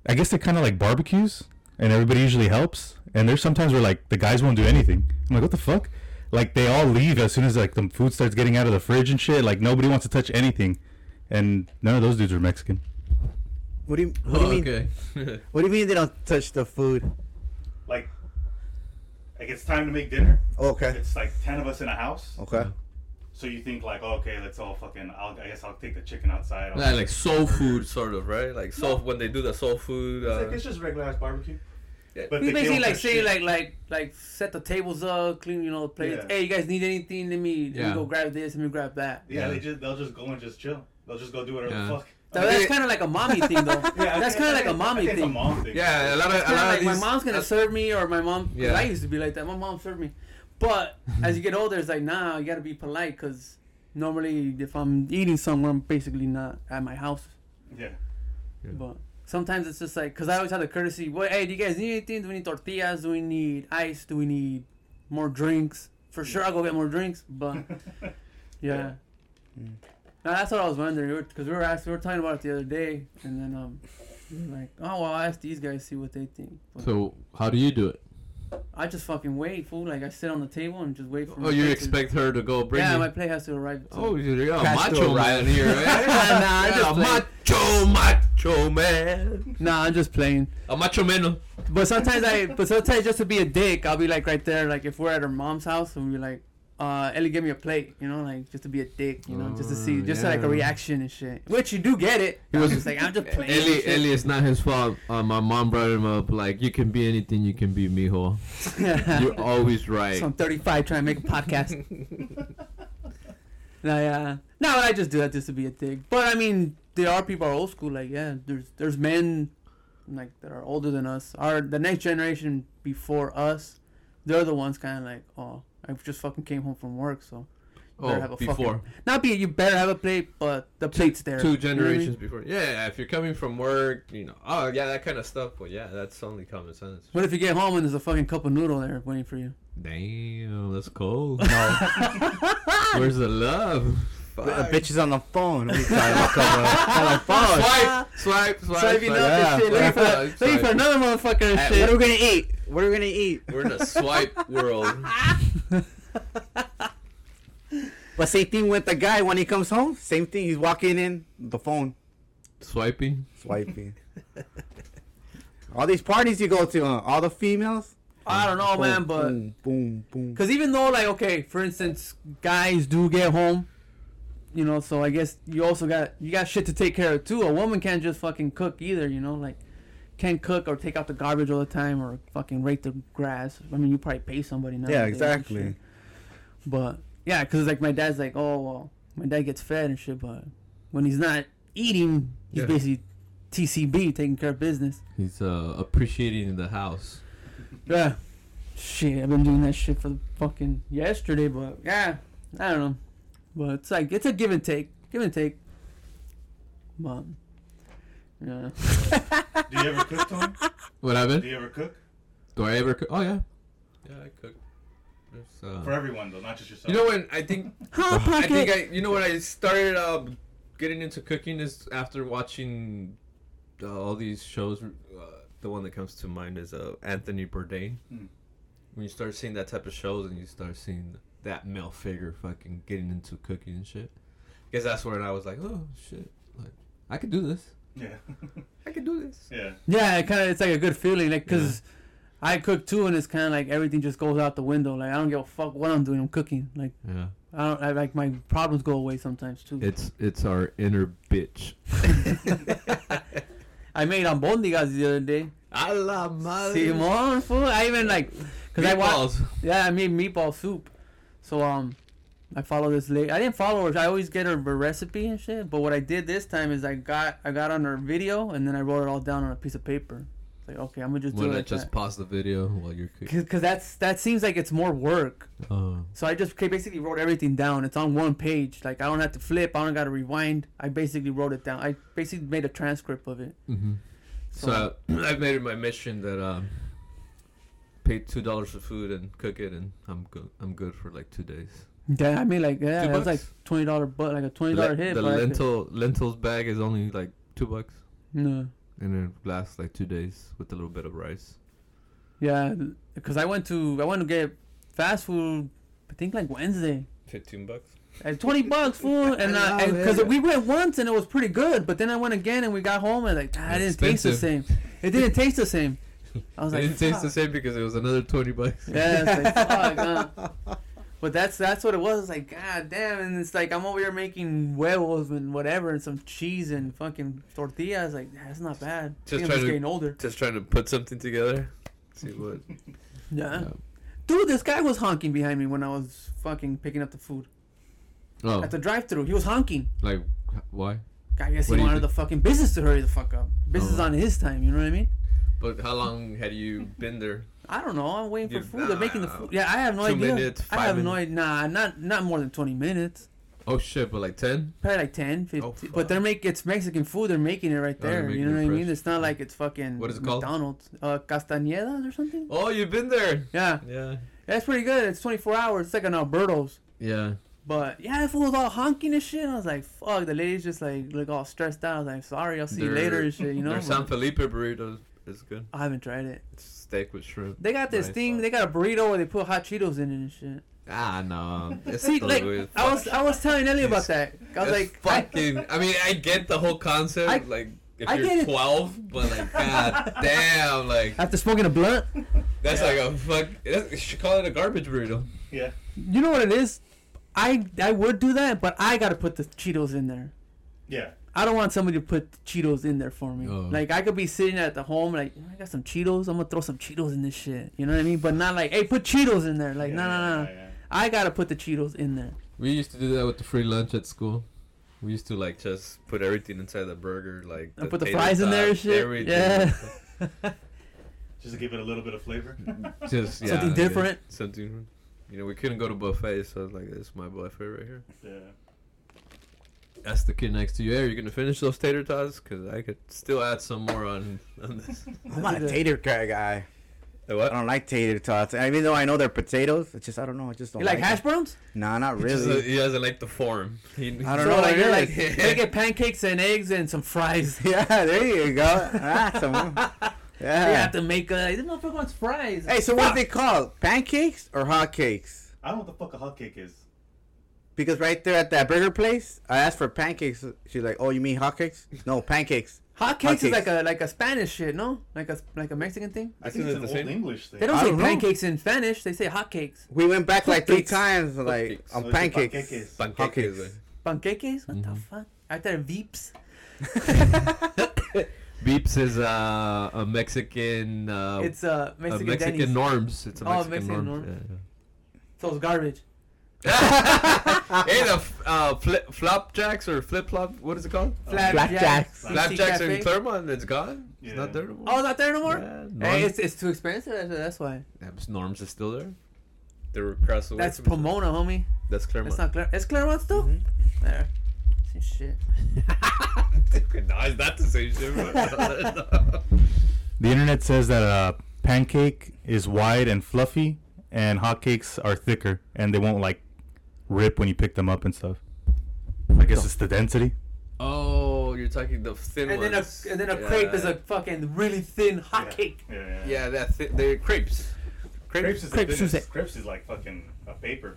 Speaker 5: I guess they're kinda like barbecues and everybody usually helps. And there's sometimes where like the guys won't do anything. I'm like, what the fuck? Like they all leave as soon as like the food starts getting out of the fridge and shit. Like nobody wants to touch anything. And none of those dudes are Mexican.
Speaker 2: what do you what do you
Speaker 3: Oh,
Speaker 2: mean?
Speaker 3: okay.
Speaker 2: What do you mean they don't touch the food?
Speaker 4: like, like it's time to make dinner.
Speaker 2: Okay,
Speaker 4: It's like ten of us in a house.
Speaker 2: okay.
Speaker 4: So you think like, okay, let's all fucking. I'll, I guess I'll take the chicken outside. I'll-
Speaker 3: Like, like soul food, sort of, right? Like soul when they do the soul food.
Speaker 4: It's,
Speaker 3: Uh,
Speaker 4: like, it's just regular ass barbecue.
Speaker 3: Yeah.
Speaker 4: But
Speaker 1: We
Speaker 4: they
Speaker 1: basically
Speaker 4: don't
Speaker 1: like
Speaker 4: touch
Speaker 1: say
Speaker 4: shit.
Speaker 1: like like like set the tables up, clean you know the plates.
Speaker 4: Yeah.
Speaker 1: Hey, you guys need anything? Let me let me
Speaker 3: Yeah.
Speaker 1: go grab this. Let me grab that.
Speaker 4: Yeah,
Speaker 3: Yeah.
Speaker 4: they just they'll just go and just chill. They'll just go do whatever
Speaker 3: Yeah.
Speaker 4: the fuck.
Speaker 1: Now,
Speaker 3: Okay.
Speaker 1: that's kind of like a mommy thing, though.
Speaker 4: I
Speaker 1: that's
Speaker 4: think-
Speaker 1: kind of
Speaker 4: I
Speaker 1: like a
Speaker 4: think- I
Speaker 1: mommy
Speaker 4: think It's a
Speaker 1: thing.
Speaker 4: mom thing.
Speaker 3: yeah, a lot of, a
Speaker 1: Kinda
Speaker 3: lot
Speaker 1: like
Speaker 3: of
Speaker 1: my
Speaker 3: these-
Speaker 1: mom's gonna
Speaker 3: that's-
Speaker 1: serve me, or my mom. 'cause
Speaker 3: Yeah.
Speaker 1: I used to be like that. My mom served me, but as you get older, it's like nah, you gotta be polite because normally if I'm eating somewhere, I'm basically not at my house.
Speaker 4: Yeah.
Speaker 3: Yeah.
Speaker 1: But sometimes it's just like, because I always have the courtesy, well, hey, do you guys need anything? Do we need tortillas? Do we need ice? Do we need more drinks? For sure, I'll go get more drinks. But yeah.
Speaker 2: Mm.
Speaker 1: Now that's what I was wondering, because we were asked, we were talking about it the other day, and then um, like, oh well, I asked these guys see what they think. But
Speaker 6: So how do you do it?
Speaker 1: I just fucking wait, fool. Like I sit on the table and just wait for.
Speaker 3: Oh,
Speaker 1: my
Speaker 3: you
Speaker 1: plate to-
Speaker 3: expect her to go bring
Speaker 1: Yeah,
Speaker 3: you-
Speaker 1: my plate has to arrive.
Speaker 3: Oh, you're a
Speaker 2: Crash
Speaker 3: macho
Speaker 2: to
Speaker 3: man
Speaker 2: arrive.
Speaker 3: here, right?
Speaker 1: Nah, I
Speaker 3: Yeah,
Speaker 1: just like-
Speaker 3: macho, macho man.
Speaker 1: Nah, I'm just playing.
Speaker 3: A macho man.
Speaker 1: But sometimes I, but sometimes just to be a dick, I'll be like right there, like if we're at her mom's house and we're like, uh, Ellie, give me a plate, you know, like just to be a dick, you know, just to see,
Speaker 3: Oh,
Speaker 1: just like
Speaker 3: yeah.
Speaker 1: a reaction and shit. Which you do get it.
Speaker 6: He
Speaker 1: He
Speaker 6: was-
Speaker 1: was just like, I'm just playing. and
Speaker 3: Ellie,
Speaker 1: shit.
Speaker 3: Ellie
Speaker 6: It's not his fault. Uh, my mom brought him up like you can be anything. You can be mijo. You're always right.
Speaker 1: So I'm 35 trying to make a podcast. nah, yeah. No, I just do that just to be a dick. But I mean, there are people are old school. Like, yeah, there's there's men like that are older than us. Are the next generation before us? They're the ones kind of like, oh, I just fucking came home from work, so you better
Speaker 3: Oh,
Speaker 1: have a
Speaker 3: before.
Speaker 1: fucking not be you better have a plate, but the plate's there.
Speaker 3: Two
Speaker 1: You know what I mean?
Speaker 3: generations before. Yeah, yeah, if you're coming from work, you know. Oh, yeah, that kind of stuff. But yeah, that's only common sense.
Speaker 1: What if you get home and there's a fucking cup of noodle there waiting for you?
Speaker 6: Damn, that's cold. Where's the love?
Speaker 2: The bitch is on the phone. What are you talking about? on the phone.
Speaker 3: Swipe, swipe, swipe.
Speaker 1: So if you
Speaker 3: swipe.
Speaker 1: know this shit, looking for,
Speaker 3: Swipe,
Speaker 1: looking for
Speaker 3: swipe.
Speaker 1: another motherfucker and
Speaker 2: Hey,
Speaker 1: shit.
Speaker 2: what are we gonna eat? What are we gonna eat?
Speaker 3: We're in a swipe world.
Speaker 2: But same thing with the guy when he comes home. Same thing. He's walking in the phone,
Speaker 6: Swiping.
Speaker 2: swiping. all these parties you go to, huh? all the females.
Speaker 1: I don't know, man, but
Speaker 2: boom, boom, boom.
Speaker 1: Because even though, like, okay, for instance, guys do get home, you know, so I guess you also got you got shit to take care of too. A woman can't just fucking cook either, you know, like can't cook or take out the garbage all the time or fucking rake the grass. I mean, you probably pay somebody now.
Speaker 2: yeah, exactly.
Speaker 1: But yeah, because like my dad's like, oh, well, my dad gets fed and shit, but when he's not eating, he's
Speaker 3: Yeah.
Speaker 1: basically TCB taking care of business.
Speaker 6: He's uh, appreciating the house.
Speaker 1: Yeah. Shit, I've been doing that shit for the fucking yesterday, but yeah, I don't know. But it's like it's a give and take, give and take. But yeah,
Speaker 4: Do you ever cook, Tony?
Speaker 6: What
Speaker 4: Do
Speaker 6: happened?
Speaker 4: you ever cook?
Speaker 6: Do I ever? Co- oh yeah.
Speaker 3: Yeah, I cook.
Speaker 6: It's, uh,
Speaker 4: For everyone, though, not just yourself.
Speaker 3: You know when I think
Speaker 1: hot
Speaker 3: I think
Speaker 1: pocket.
Speaker 3: I you know when I started uh, getting into cooking is after watching uh, all these shows. Uh, the one that comes to mind is uh, Anthony Bourdain.
Speaker 4: Hmm.
Speaker 3: When you start seeing that type of shows and you start seeing that male figure fucking getting into cooking and shit, because that's when I was like, oh shit, like I could do this.
Speaker 4: Yeah.
Speaker 3: I could do this.
Speaker 4: yeah.
Speaker 1: Yeah, it kind of it's like a good feeling, like because I cook too, and it's kind of like everything just goes out the window. Like I don't give a fuck what I'm doing. I'm cooking. Like
Speaker 6: Yeah.
Speaker 1: I don't I, like my problems go away sometimes too.
Speaker 6: It's it's our inner bitch.
Speaker 1: I made ambondigas the other day.
Speaker 3: A la madre.
Speaker 1: Simon, fool. I even like because I watched.
Speaker 3: Meatballs.
Speaker 1: Yeah, I made meatball soup. So um, I follow this lady. I didn't follow her. I always get her recipe and shit. But what I did this time is I got I got on her video and then I wrote it all down on a piece of paper. It's like okay, I'm gonna just do
Speaker 6: Why
Speaker 1: it
Speaker 6: not
Speaker 1: like
Speaker 6: just
Speaker 1: that.
Speaker 6: pause the video while you're cooking?
Speaker 1: Cause, 'cause that's that seems like it's more work.
Speaker 3: Um,
Speaker 6: Oh.
Speaker 1: So I just ca- basically wrote everything down. It's on one page. Like I don't have to flip. I don't got to rewind. I basically wrote it down. I basically made a transcript of it.
Speaker 6: hmm
Speaker 3: So I, I've made it my mission that um, pay two dollars for food and cook it, and I'm good. I'm good for like two days.
Speaker 1: Yeah, I made like yeah,
Speaker 3: Two
Speaker 1: it was like
Speaker 3: bucks?
Speaker 1: twenty dollar but like a twenty dollar
Speaker 3: Le-
Speaker 1: hit.
Speaker 3: the
Speaker 1: but I could-
Speaker 3: lentil lentils bag is only like two bucks,
Speaker 1: No.
Speaker 3: and it lasts like two days with a little bit of rice.
Speaker 1: Yeah, because I went to I went to get fast food. I think like Wednesday.
Speaker 3: Fifteen bucks.
Speaker 1: At twenty bucks, fool, and
Speaker 3: I
Speaker 1: I
Speaker 3: love
Speaker 1: because
Speaker 3: it.
Speaker 1: we went once and it was pretty good, but then I went again and we got home and like ah, it didn't taste the same.
Speaker 3: Expensive.
Speaker 1: It didn't taste the same. I was
Speaker 3: it
Speaker 1: like,
Speaker 3: didn't taste the
Speaker 1: "Fuck."
Speaker 3: same because it was another twenty bucks.
Speaker 1: Yeah, it's like, fuck, huh? But that's that's what it was. It's like, god damn, and it's like I'm over here making huevos and whatever and some cheese and fucking tortillas. Like that's not bad.
Speaker 3: Just
Speaker 1: Just,
Speaker 3: try
Speaker 1: just
Speaker 3: to-
Speaker 1: getting older.
Speaker 3: Just trying to put something together. See what?
Speaker 1: Yeah.
Speaker 6: Yeah.
Speaker 1: Dude, this guy was honking behind me when I was fucking picking up the food.
Speaker 6: Oh.
Speaker 1: At the drive through he was honking.
Speaker 6: Like h- why?
Speaker 1: I guess
Speaker 6: What do
Speaker 1: he
Speaker 6: you
Speaker 1: wanted
Speaker 6: think?
Speaker 1: the fucking business to hurry the fuck up. Business
Speaker 6: Oh.
Speaker 1: on his time, you know what I mean?
Speaker 3: But how long had you been there?
Speaker 1: I don't know. I'm waiting for
Speaker 3: Dude,
Speaker 1: food. They're making the
Speaker 3: nah.
Speaker 1: food. Yeah, I have no
Speaker 3: Two
Speaker 1: idea.
Speaker 3: minutes,
Speaker 1: I
Speaker 3: five
Speaker 1: have no
Speaker 3: minutes.
Speaker 1: idea. Nah, not not more than twenty minutes.
Speaker 6: Oh shit, but like ten?
Speaker 1: Probably like 10,
Speaker 6: Oh,
Speaker 1: 15.
Speaker 6: fuck.
Speaker 1: but they're make it's Mexican food. They're making it right
Speaker 6: Oh, they're
Speaker 1: there. you
Speaker 6: making
Speaker 1: know
Speaker 6: it
Speaker 1: what I mean?
Speaker 6: fresh.
Speaker 1: It's not like it's fucking
Speaker 6: What is it called?
Speaker 1: McDonald's. Uh, Castañedas or something?
Speaker 6: Oh, you've been there.
Speaker 1: Yeah.
Speaker 6: Yeah.
Speaker 1: That's pretty good. It's 24 hours. It's like an Alberto's.
Speaker 6: Yeah.
Speaker 1: But yeah, that fool was all honking and shit. I was like, fuck. The lady's just like, look all stressed out. I was like, sorry, I'll see you
Speaker 6: They're-
Speaker 1: later and shit, you know?
Speaker 6: Their
Speaker 1: But
Speaker 6: San Felipe burritos is good.
Speaker 1: I haven't tried it.
Speaker 6: It's steak with shrimp.
Speaker 1: They got this
Speaker 6: Nice.
Speaker 1: thing. They got a burrito where they put hot Cheetos in it and shit.
Speaker 6: Ah no. It's
Speaker 1: See, like
Speaker 6: stupid.
Speaker 1: I was, I was telling Ellie about that. I was
Speaker 6: It's
Speaker 1: like, I-
Speaker 6: fucking. I, mean, I get the whole concept.
Speaker 1: I-
Speaker 6: like, if
Speaker 1: I get
Speaker 6: you're
Speaker 1: it.
Speaker 6: 12, but like, god damn, like
Speaker 1: after smoking a blunt,
Speaker 6: that's like a fuck. That's, you should call it a garbage burrito.
Speaker 4: Yeah.
Speaker 1: you know what it is. I, I would do that, but I gotta put the Cheetos in there.
Speaker 4: Yeah.
Speaker 1: I don't want somebody to put Cheetos in there for me.
Speaker 6: Oh.
Speaker 1: Like I could be sitting at the home, like I got some Cheetos. I'm gonna throw some Cheetos in this shit. You know what I mean? But not like, hey, put Cheetos in there. Like,
Speaker 4: yeah,
Speaker 1: no,
Speaker 4: yeah,
Speaker 1: no, no.
Speaker 4: yeah, yeah.
Speaker 1: I gotta put the Cheetos in there.
Speaker 6: We used to do that with the free lunch at school.
Speaker 3: We used to like just put everything inside the burger, like
Speaker 1: I put the fries in there and
Speaker 3: tater tot,
Speaker 1: shit.
Speaker 3: everything.
Speaker 1: Yeah,
Speaker 4: Just to give it a little bit of flavor.
Speaker 3: just yeah,
Speaker 1: something
Speaker 3: yeah.
Speaker 1: different.
Speaker 3: Something, you know, we couldn't go to buffets, so I was like, "This is my buffet right here."
Speaker 4: yeah.
Speaker 6: Ask the kid next to you, "Hey, are you gonna finish those tater tots? Cause I could still add some more on on this."
Speaker 2: I'm not a tater guy. guy.
Speaker 3: The
Speaker 2: I
Speaker 3: what?
Speaker 2: don't like tater tots. And Even though I know they're potatoes, it's just I don't know. I just don't
Speaker 1: You like hash
Speaker 2: them.
Speaker 1: browns?
Speaker 2: Nah, not
Speaker 3: He just-
Speaker 2: really.
Speaker 3: he doesn't like the form. He,
Speaker 2: I don't
Speaker 1: So
Speaker 2: know. what
Speaker 1: like,
Speaker 2: it
Speaker 1: you're like,
Speaker 2: is.
Speaker 1: they get pancakes and eggs and some fries.
Speaker 2: yeah, there you go. That's the one.
Speaker 1: You
Speaker 2: Yeah.
Speaker 1: have to make a. This motherfucker wants fries.
Speaker 2: Uh. Hey, so what's it called? Pancakes or hot cakes?
Speaker 4: I don't know what the fuck a hot cake is.
Speaker 2: Because right there at that burger place, I asked for pancakes. She's like, "Oh, you mean hotcakes? No, pancakes."
Speaker 1: hot cakes is
Speaker 2: Hotcakes.
Speaker 1: like a like a Spanish shit, no? Like a like a Mexican thing.
Speaker 4: I
Speaker 3: Isn't
Speaker 4: think
Speaker 3: it
Speaker 4: it's an
Speaker 3: the
Speaker 4: old
Speaker 3: same?
Speaker 4: English thing.
Speaker 1: They don't
Speaker 2: I
Speaker 1: say
Speaker 2: don't know.
Speaker 1: pancakes in Spanish. They say hot cakes.
Speaker 2: We went back like three
Speaker 1: Hotcakes.
Speaker 2: times. Like
Speaker 3: Hotcakes.
Speaker 2: on
Speaker 4: So it's a
Speaker 2: pancakes.
Speaker 4: panqueques.
Speaker 3: Pancakes.
Speaker 2: Hotcakes.
Speaker 1: Panqueques? What
Speaker 6: Mm-hmm.
Speaker 1: the fuck? I thought veeps.
Speaker 6: Beeps is uh, a Mexican. Uh,
Speaker 1: it's uh, Mexican,
Speaker 6: a Mexican
Speaker 1: Denny's.
Speaker 6: norms. It's a
Speaker 1: Oh,
Speaker 6: Mexican,
Speaker 1: Mexican
Speaker 6: norms.
Speaker 1: norms.
Speaker 6: Yeah, yeah.
Speaker 1: so it's garbage.
Speaker 6: hey, the f- uh, fli- flopjacks or flip flop, what is it called?
Speaker 2: Oh.
Speaker 4: Uh,
Speaker 2: Flapjacks.
Speaker 1: Lucy
Speaker 6: Flapjacks in
Speaker 1: Cafe.
Speaker 6: Claremont, it's gone. It's
Speaker 4: Yeah.
Speaker 6: not there anymore.
Speaker 1: Oh, it's not there no more.
Speaker 6: Yeah,
Speaker 1: Hey,
Speaker 6: Norms-
Speaker 1: it's, it's too expensive. That's, that's why.
Speaker 6: Yeah, but Norms is still there.
Speaker 3: They were across the way
Speaker 1: That's
Speaker 3: from each other.
Speaker 1: Pomona, homie.
Speaker 3: That's Claremont.
Speaker 1: That's not Claire. It's Claremont still.
Speaker 2: Mm-hmm.
Speaker 1: There. Same shit.
Speaker 3: no, it's not the same shit. but-
Speaker 5: The internet says that a pancake is wide and fluffy, and hotcakes are thicker, and they won't like rip when you pick them up and stuff. I guess it's the density.
Speaker 3: oh, you're talking the thin
Speaker 1: And then a
Speaker 3: ones.
Speaker 1: and then a
Speaker 3: yeah.
Speaker 1: crepe is a fucking really thin hot cake.
Speaker 4: Yeah, yeah. yeah.
Speaker 3: yeah. That thi- they're crepes.
Speaker 4: Crepes
Speaker 3: Crepes.
Speaker 4: is
Speaker 1: Crepes
Speaker 4: crepes,
Speaker 1: is
Speaker 4: is
Speaker 1: it.
Speaker 4: crepes is like fucking a paper.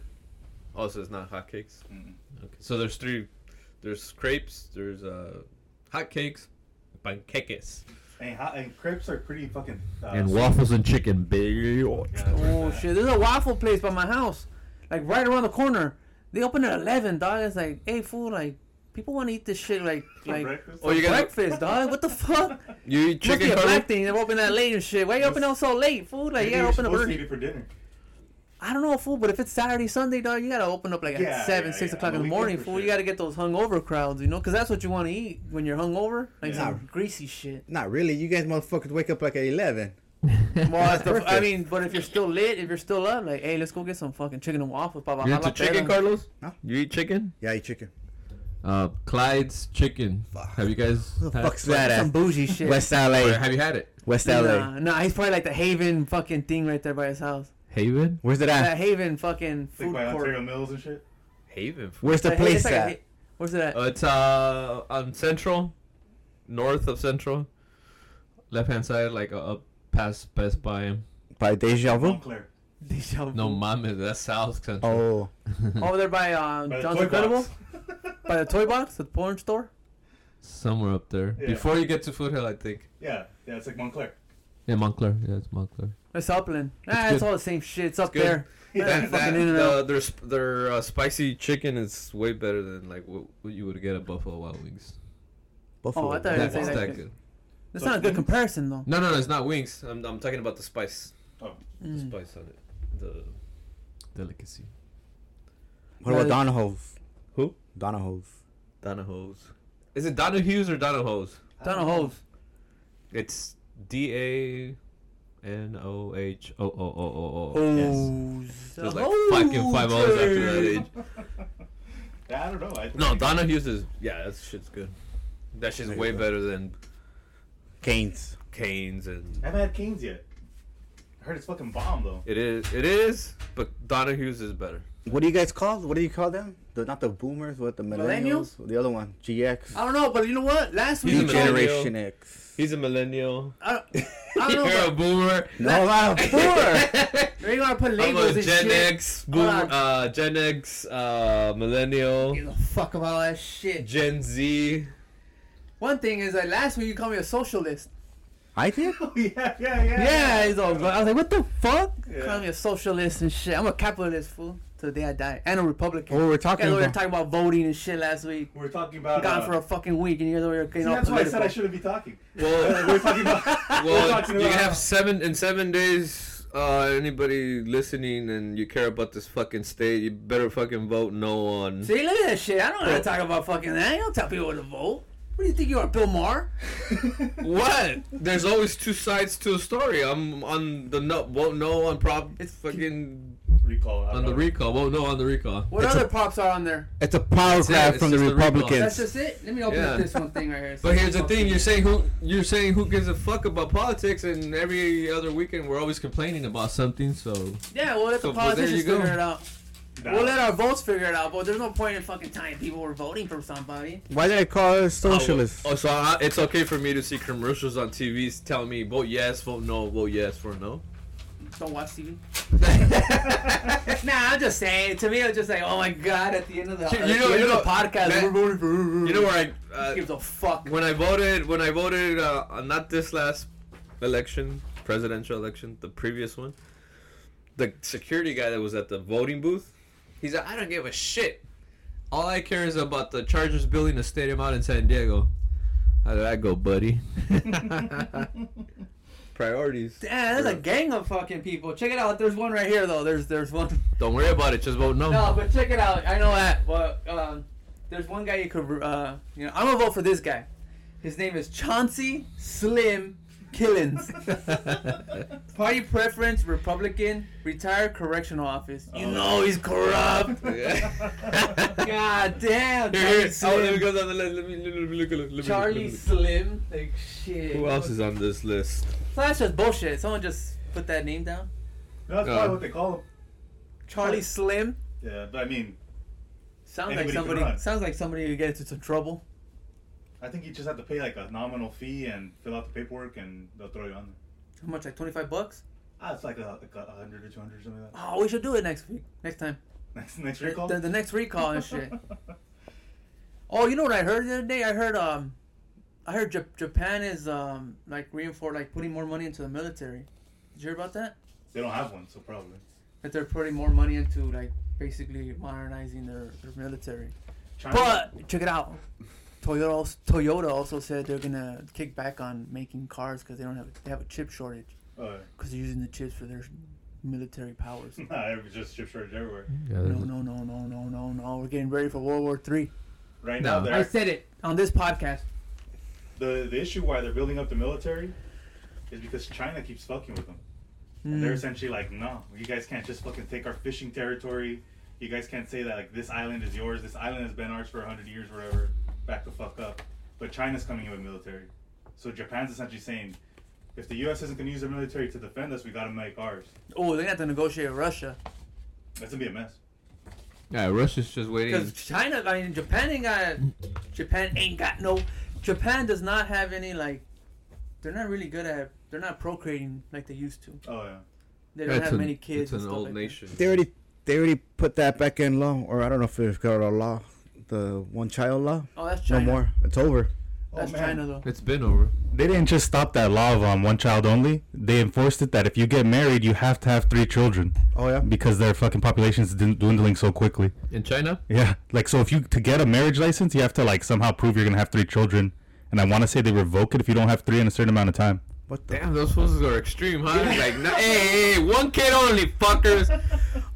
Speaker 3: Oh, so it's not hotcakes.
Speaker 4: Mm.
Speaker 3: Okay. So there's three. There's crepes. There's uh, hotcakes, panqueques.
Speaker 4: And, hot, and crepes are pretty fucking. Uh,
Speaker 6: and waffles and chicken, baby.
Speaker 4: Yeah,
Speaker 1: Oh
Speaker 4: yeah.
Speaker 1: shit! There's a waffle place by my house, like right around the corner. They open at eleven, dog. It's like, hey, fool, like people want to eat this shit, like,
Speaker 4: For
Speaker 1: like
Speaker 4: breakfast?
Speaker 1: for
Speaker 3: Oh, you got-
Speaker 1: breakfast, dog. What the fuck?
Speaker 3: You eat
Speaker 1: Must be
Speaker 3: chicken
Speaker 1: a
Speaker 3: curry.
Speaker 1: black thing. They're open that late and shit. Why you open up so late, fool? Like, you
Speaker 4: Maybe
Speaker 1: gotta
Speaker 4: you're
Speaker 1: open up
Speaker 4: supposed to
Speaker 1: early.
Speaker 4: eat it for dinner.
Speaker 1: I don't know, fool, but if it's Saturday, Sunday, dog, you gotta open up like
Speaker 4: Yeah,
Speaker 1: at seven,
Speaker 4: yeah,
Speaker 1: six
Speaker 4: yeah.
Speaker 1: o'clock in
Speaker 4: On
Speaker 1: the
Speaker 4: the weekend
Speaker 1: morning,
Speaker 4: for
Speaker 1: fool. You
Speaker 4: sure.
Speaker 1: gotta get those hungover crowds, you know, because that's what you want to eat when you're hungover, like
Speaker 4: Yeah.
Speaker 1: some greasy shit.
Speaker 2: Not really. You guys motherfuckers wake up like at eleven.
Speaker 1: Well, it's the, I
Speaker 2: Perfect.
Speaker 1: mean, but if you're still lit, if you're still up, like, hey, let's go get some fucking chicken and waffles, papa.
Speaker 6: You into chicken, Carlos?
Speaker 2: No.
Speaker 6: You eat chicken?
Speaker 2: Yeah, you chicken.
Speaker 6: Uh, Clyde's chicken. Have you guys?
Speaker 2: Who the
Speaker 6: had-
Speaker 2: fuck's that
Speaker 1: Some
Speaker 2: at?
Speaker 1: bougie shit.
Speaker 2: West
Speaker 6: Or
Speaker 2: LA.
Speaker 6: have you had it?
Speaker 2: West LA.
Speaker 1: Nah, nah, he's probably like the Haven fucking thing right there by his house.
Speaker 6: Haven?
Speaker 2: Where's
Speaker 3: Ah.
Speaker 2: it
Speaker 1: That
Speaker 2: at?
Speaker 1: Haven fucking
Speaker 4: Like
Speaker 1: food
Speaker 4: by
Speaker 1: court.
Speaker 4: Ontario Mills and shit.
Speaker 3: Haven. food.
Speaker 2: Where's the
Speaker 1: Hey, it's
Speaker 2: place
Speaker 1: like a
Speaker 2: at?
Speaker 1: ha- Where's it at?
Speaker 3: Oh,
Speaker 6: Uh, it's uh on Central, north of Central, left hand side, like uh, up past Best Buy.
Speaker 2: By Deja Vu.
Speaker 4: Montclair.
Speaker 1: Deja vu.
Speaker 6: No, mames, that's South Central.
Speaker 2: Oh,
Speaker 1: Over there by um,
Speaker 4: By the
Speaker 1: John's
Speaker 4: toy box.
Speaker 1: Incredible? By the toy box? The porn store?
Speaker 6: Somewhere up there.
Speaker 4: Yeah.
Speaker 6: Before you get to Foothill, I think.
Speaker 4: Yeah, yeah, it's like Montclair.
Speaker 6: Yeah, Montclair. Yeah, it's Montclair.
Speaker 1: It's Upland. Nah, it's
Speaker 6: good.
Speaker 1: all the same shit. It's up
Speaker 3: good.
Speaker 1: there.
Speaker 4: Yeah,
Speaker 1: Yeah,
Speaker 3: That,
Speaker 1: fucking
Speaker 3: that,
Speaker 1: in and out.
Speaker 3: the, their sp- their uh, spicy chicken is way better than like what, what you would get at Buffalo Wild Wings.
Speaker 2: Buffalo.
Speaker 1: Oh, I thought it
Speaker 2: Wild
Speaker 6: That's
Speaker 1: was say
Speaker 2: Wings.
Speaker 1: that
Speaker 6: that
Speaker 1: shit.
Speaker 6: good.
Speaker 1: That's not a good comparison, though.
Speaker 3: No, no, no, it's not wings. I'm, I'm talking about the spice.
Speaker 4: Oh.
Speaker 3: The
Speaker 1: Mm.
Speaker 3: spice on it. The
Speaker 6: Delicacy.
Speaker 2: What about Donahoe's?
Speaker 3: Who?
Speaker 2: Donahoe's.
Speaker 3: Donahoe's. Is it Donahue's or Donahoe's?
Speaker 1: Donald Hoves.
Speaker 3: It's D A N O H O O O O O.
Speaker 1: Hoes.
Speaker 3: There's like fucking five O's after that age.
Speaker 4: Yeah, I don't know. I,
Speaker 3: No, Donahue's is yeah, that shit's good. That shit's
Speaker 2: There you
Speaker 3: way
Speaker 2: go.
Speaker 3: better than
Speaker 2: Canes.
Speaker 3: Canes and
Speaker 4: I haven't had Canes yet. I heard it's fucking bomb though.
Speaker 3: it is it is, but Donahue's is better.
Speaker 2: What do you guys call? What do you call them? The, not the boomers, but the millennials. The other one, GX.
Speaker 1: I don't know, but you know what? Last
Speaker 3: He's
Speaker 2: New
Speaker 1: week,
Speaker 3: a
Speaker 2: Generation X.
Speaker 3: He's a millennial.
Speaker 1: I, I don't
Speaker 3: You're a
Speaker 1: know.
Speaker 3: boomer.
Speaker 2: No, I'm poor.
Speaker 1: But they gonna put
Speaker 3: I'm
Speaker 1: labels
Speaker 3: a
Speaker 1: and
Speaker 3: Gen
Speaker 1: shit.
Speaker 3: X boomer.
Speaker 1: Hold on.
Speaker 3: Uh, Gen X, uh, millennial,
Speaker 1: Give a fuck about all that shit.
Speaker 3: Gen Z.
Speaker 1: One thing is that last week you called me a socialist.
Speaker 2: I did.
Speaker 4: Oh, yeah, yeah, yeah.
Speaker 1: Yeah, it's all. I was like, what the fuck?
Speaker 4: Yeah.
Speaker 1: Call me a socialist and shit. I'm a capitalist fool till the day I die, and a Republican.
Speaker 2: What we were
Speaker 1: guys
Speaker 2: talking
Speaker 1: over there
Speaker 2: about?
Speaker 1: talking about voting and shit last week.
Speaker 4: We're talking about.
Speaker 1: Gone
Speaker 4: uh,
Speaker 1: for a fucking week, and you're over there
Speaker 4: See,
Speaker 1: getting all
Speaker 4: that's why I said I
Speaker 1: political.
Speaker 4: shouldn't be talking. Uh,
Speaker 3: Well,
Speaker 4: We're talking about. we're
Speaker 3: well,
Speaker 4: talking
Speaker 3: you can
Speaker 4: about-
Speaker 3: have seven in seven days. Uh, anybody listening and you care about this fucking state, you better fucking vote no on.
Speaker 1: See, look at that shit. I don't know how to
Speaker 3: Bro.
Speaker 1: talk about fucking that. You don't tell people to vote. What do you think you are, Bill Maher?
Speaker 3: What? There's always two sides to a story. I'm on the no, won't know on prop.
Speaker 1: It's-
Speaker 3: It's fucking
Speaker 4: recall. I don't
Speaker 3: on the
Speaker 4: know.
Speaker 3: recall. Won't know on the recall.
Speaker 1: What other props are on there?
Speaker 2: It's a power
Speaker 3: That's it,
Speaker 2: grab
Speaker 3: it's
Speaker 2: from the
Speaker 3: just the recall.
Speaker 1: That's
Speaker 2: Republicans.
Speaker 1: just it. Let me open up
Speaker 3: Yeah.
Speaker 1: this one thing right here.
Speaker 3: But here's the thing: you're saying who you're saying who gives a fuck about politics, and every other weekend we're always complaining about something. So
Speaker 1: Yeah, we'll let the
Speaker 3: So, well, there
Speaker 1: politicians
Speaker 3: you go.
Speaker 1: figure it out.
Speaker 4: Nah.
Speaker 1: We'll let our votes figure it out. But there's no point in fucking time people were voting for somebody.
Speaker 2: Why did I call us socialists?
Speaker 3: Oh, so I, it's okay for me to see commercials on TV telling me vote yes, vote no, vote yes, vote no.
Speaker 1: Don't watch TV. nah, I'm just saying. To me, it's just like, oh my god, at the end of the,
Speaker 3: You- you
Speaker 1: at the
Speaker 3: know-
Speaker 1: end
Speaker 3: you
Speaker 1: of the
Speaker 3: know-
Speaker 1: podcast,
Speaker 3: that-
Speaker 1: we're voting for.
Speaker 3: You know where I
Speaker 1: Who
Speaker 3: uh,
Speaker 1: gives a fuck?
Speaker 3: when I voted when I voted uh, uh, not this last election presidential election the previous one the security guy that was at the voting booth he's like I don't give a shit all I care is about the Chargers building a stadium out in San Diego how did that go buddy priorities
Speaker 1: Damn, there's a gang of fucking people. Check it out. There's one right here though. There's there's one.
Speaker 3: don't worry about it just vote no,
Speaker 1: No, but check it out. I know that. But um, there's one guy you could, uh, you know, I'm gonna vote for this guy. His name is Chauncey Slim Killins. Party preference Republican, retired correctional office. You
Speaker 4: Oh.
Speaker 1: know he's corrupt. God damn.
Speaker 3: Here,
Speaker 1: Charlie Slim.
Speaker 3: here. Oh, let me go down the list. Let me, let me, let me look. Let me, let me,
Speaker 1: Charlie Slim. Like shit.
Speaker 3: Who else is on this list?
Speaker 1: So that's just bullshit. Someone just put that name down.
Speaker 4: No, that's
Speaker 3: Uh,
Speaker 4: probably what they call them.
Speaker 1: Charlie Slim.
Speaker 4: Yeah, but I mean,
Speaker 1: Sounds
Speaker 4: Anybody can
Speaker 1: like somebody.
Speaker 4: run.
Speaker 1: Sounds like somebody who gets into some trouble.
Speaker 4: I think you just have to pay like a nominal fee and fill out the paperwork, and they'll throw you on there.
Speaker 1: How much? Like 25 bucks?
Speaker 4: Ah, it's like a, like a hundred or two hundred something like that.
Speaker 1: Oh, we should do it next week. Next time.
Speaker 4: Next, next
Speaker 1: The-
Speaker 4: recall.
Speaker 1: The, the next recall and shit. Oh, you know what I heard the other day? I heard um, I heard Jap Japan is um like reinforced, like putting more money into the military. Did you hear about that?
Speaker 4: they don't have one, so probably.
Speaker 1: That they're putting more money into like basically modernizing their, their military.
Speaker 4: China,
Speaker 1: But check it out. Toyota also, Toyota also said they're gonna kick back on making cars because they don't have they have a chip shortage
Speaker 4: uh,
Speaker 1: because they're using the chips for their military powers.
Speaker 4: nah, it was just chip shortage everywhere.
Speaker 1: No, no, no, no, no, no, no. We're getting ready for World War Three.
Speaker 4: Right
Speaker 3: No.
Speaker 4: now,
Speaker 1: I
Speaker 4: they're,
Speaker 1: said it on this podcast.
Speaker 4: the the issue why they're building up the military is because China keeps fucking with them.
Speaker 1: Mm.
Speaker 4: And
Speaker 1: Hmm.
Speaker 4: they're essentially like, no, you guys can't just fucking take our fishing territory. You guys can't say that like this island is yours. This island has been ours for hundred years, whatever. Back the fuck up. But China's coming in with military, so Japan's essentially saying, if the U.S. isn't going to use their military to defend us, we got to make ours.
Speaker 1: Oh, they're gonna have to negotiate with Russia
Speaker 4: That's gonna be a mess.
Speaker 3: Yeah, Russia's just waiting.
Speaker 1: because China. I mean, Japan ain't got. Japan ain't got no. Japan does not have any like. They're not really good at. They're not procreating like they used to.
Speaker 4: Oh yeah.
Speaker 1: They don't
Speaker 3: It's
Speaker 1: have
Speaker 3: an-
Speaker 1: many kids.
Speaker 3: It's
Speaker 1: and
Speaker 3: an
Speaker 1: stuff
Speaker 3: old
Speaker 1: like that.
Speaker 3: nation.
Speaker 2: They already, they already put that back in law, or I don't know if it's called a law, the one child law.
Speaker 1: Oh, that's China.
Speaker 2: No more. It's over.
Speaker 4: Oh,
Speaker 1: That's
Speaker 4: man.
Speaker 1: China though.
Speaker 3: It's been over.
Speaker 5: They didn't just stop that law of um, one child only. They enforced it that if you get married, you have to have three children
Speaker 2: Oh yeah.
Speaker 5: because their fucking population's dwind- dwindling so quickly.
Speaker 3: In China?
Speaker 5: Yeah, like so if you to get a marriage license, you have to like somehow prove you're gonna have three children. And I want to say they revoke it if you don't have three in a certain amount of time.
Speaker 2: What the?
Speaker 3: Damn, those fools are extreme, huh? Like, no, hey, hey, hey, one kid only, fuckers.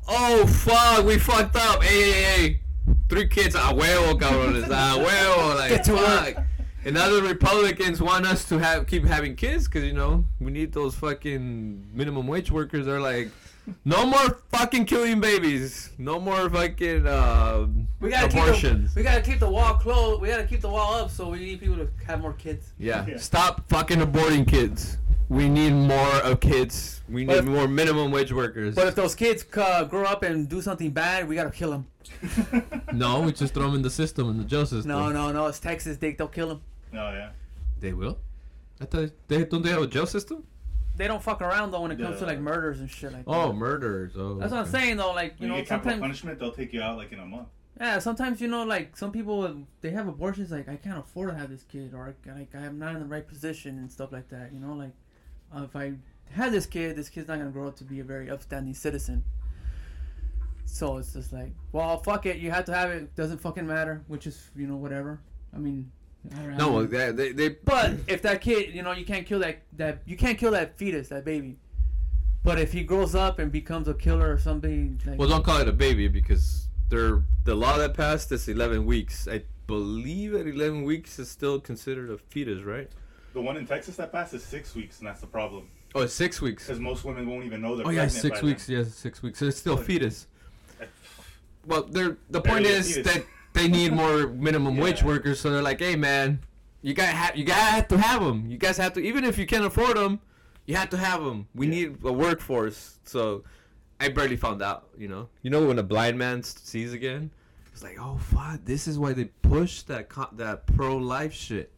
Speaker 3: Oh, fuck, we fucked up. Hey, hey, hey. Three kids, a huevo, cabrones, a huevo. Like,
Speaker 1: Get to
Speaker 3: fuck.
Speaker 1: work.
Speaker 3: And now the Republicans want us to have keep having kids because you know we need those fucking minimum wage workers. They're like, no more fucking killing babies. No more fucking uh,
Speaker 1: We gotta
Speaker 3: abortions.
Speaker 1: keep the, we gotta keep the wall closed. We gotta keep the wall up, so we need people to have more kids.
Speaker 3: yeah.
Speaker 4: Yeah.
Speaker 3: Stop fucking aborting kids. We need more of kids. We need
Speaker 1: But if-
Speaker 3: more minimum wage workers.
Speaker 1: But if those kids uh, grow up and do something bad, we gotta kill them.
Speaker 6: No, we just throw them in the system in the jail system.
Speaker 1: No, no, no. It's Texas, Dick. They'll kill them.
Speaker 4: No, Oh, yeah.
Speaker 6: They will.
Speaker 3: I thought they don't they have a jail system?
Speaker 1: They don't fuck around though when it comes to
Speaker 4: Yeah.
Speaker 1: like murders and shit like that.
Speaker 3: Oh, murderers. Oh,
Speaker 1: That's what I'm
Speaker 3: okay.
Speaker 1: saying though. Like you
Speaker 4: When you,
Speaker 1: know,
Speaker 4: get capital
Speaker 1: sometimes
Speaker 4: punishment, they'll take you out like in a month.
Speaker 1: yeah, sometimes you know, like some people they have abortions. Like I can't afford to have this kid, or like I'm not in the right position and stuff like that. You know, like uh, if I had this kid, this kid's not gonna grow up to be a very upstanding citizen. So it's just like, well, fuck it. You have to have it. Doesn't fucking matter. Which is you know whatever. I mean, I don't know.
Speaker 3: No, they they, they
Speaker 1: But if that kid, you know, you can't kill that that you can't kill that fetus, that baby. But if he grows up and becomes a killer or something, like,
Speaker 3: Well, don't call it a baby because they're, the law that passed is 11 weeks. I believe at 11 weeks is still considered a fetus, right?
Speaker 4: The one in Texas that passed is six weeks, and that's the problem.
Speaker 3: Oh, it's six weeks.
Speaker 4: Because most women won't even know they're
Speaker 3: Oh, yeah,
Speaker 4: pregnant.
Speaker 3: six
Speaker 4: by
Speaker 3: weeks. Yes, six weeks. So it's still fetus.
Speaker 4: Then.
Speaker 3: Well, they're, the
Speaker 4: Barely
Speaker 3: point
Speaker 4: a
Speaker 3: is
Speaker 4: fetus.
Speaker 3: that they need more minimum wage
Speaker 4: Yeah.
Speaker 3: workers, so they're like, hey, man, you got ha- you got to have them. You guys have to, even if you can't afford them, you have to have them. We
Speaker 4: Yeah.
Speaker 3: need a workforce. So I barely found out, you know? You know when a blind man s- sees again? It's like, oh fuck, this is why they push that co- that pro life shit.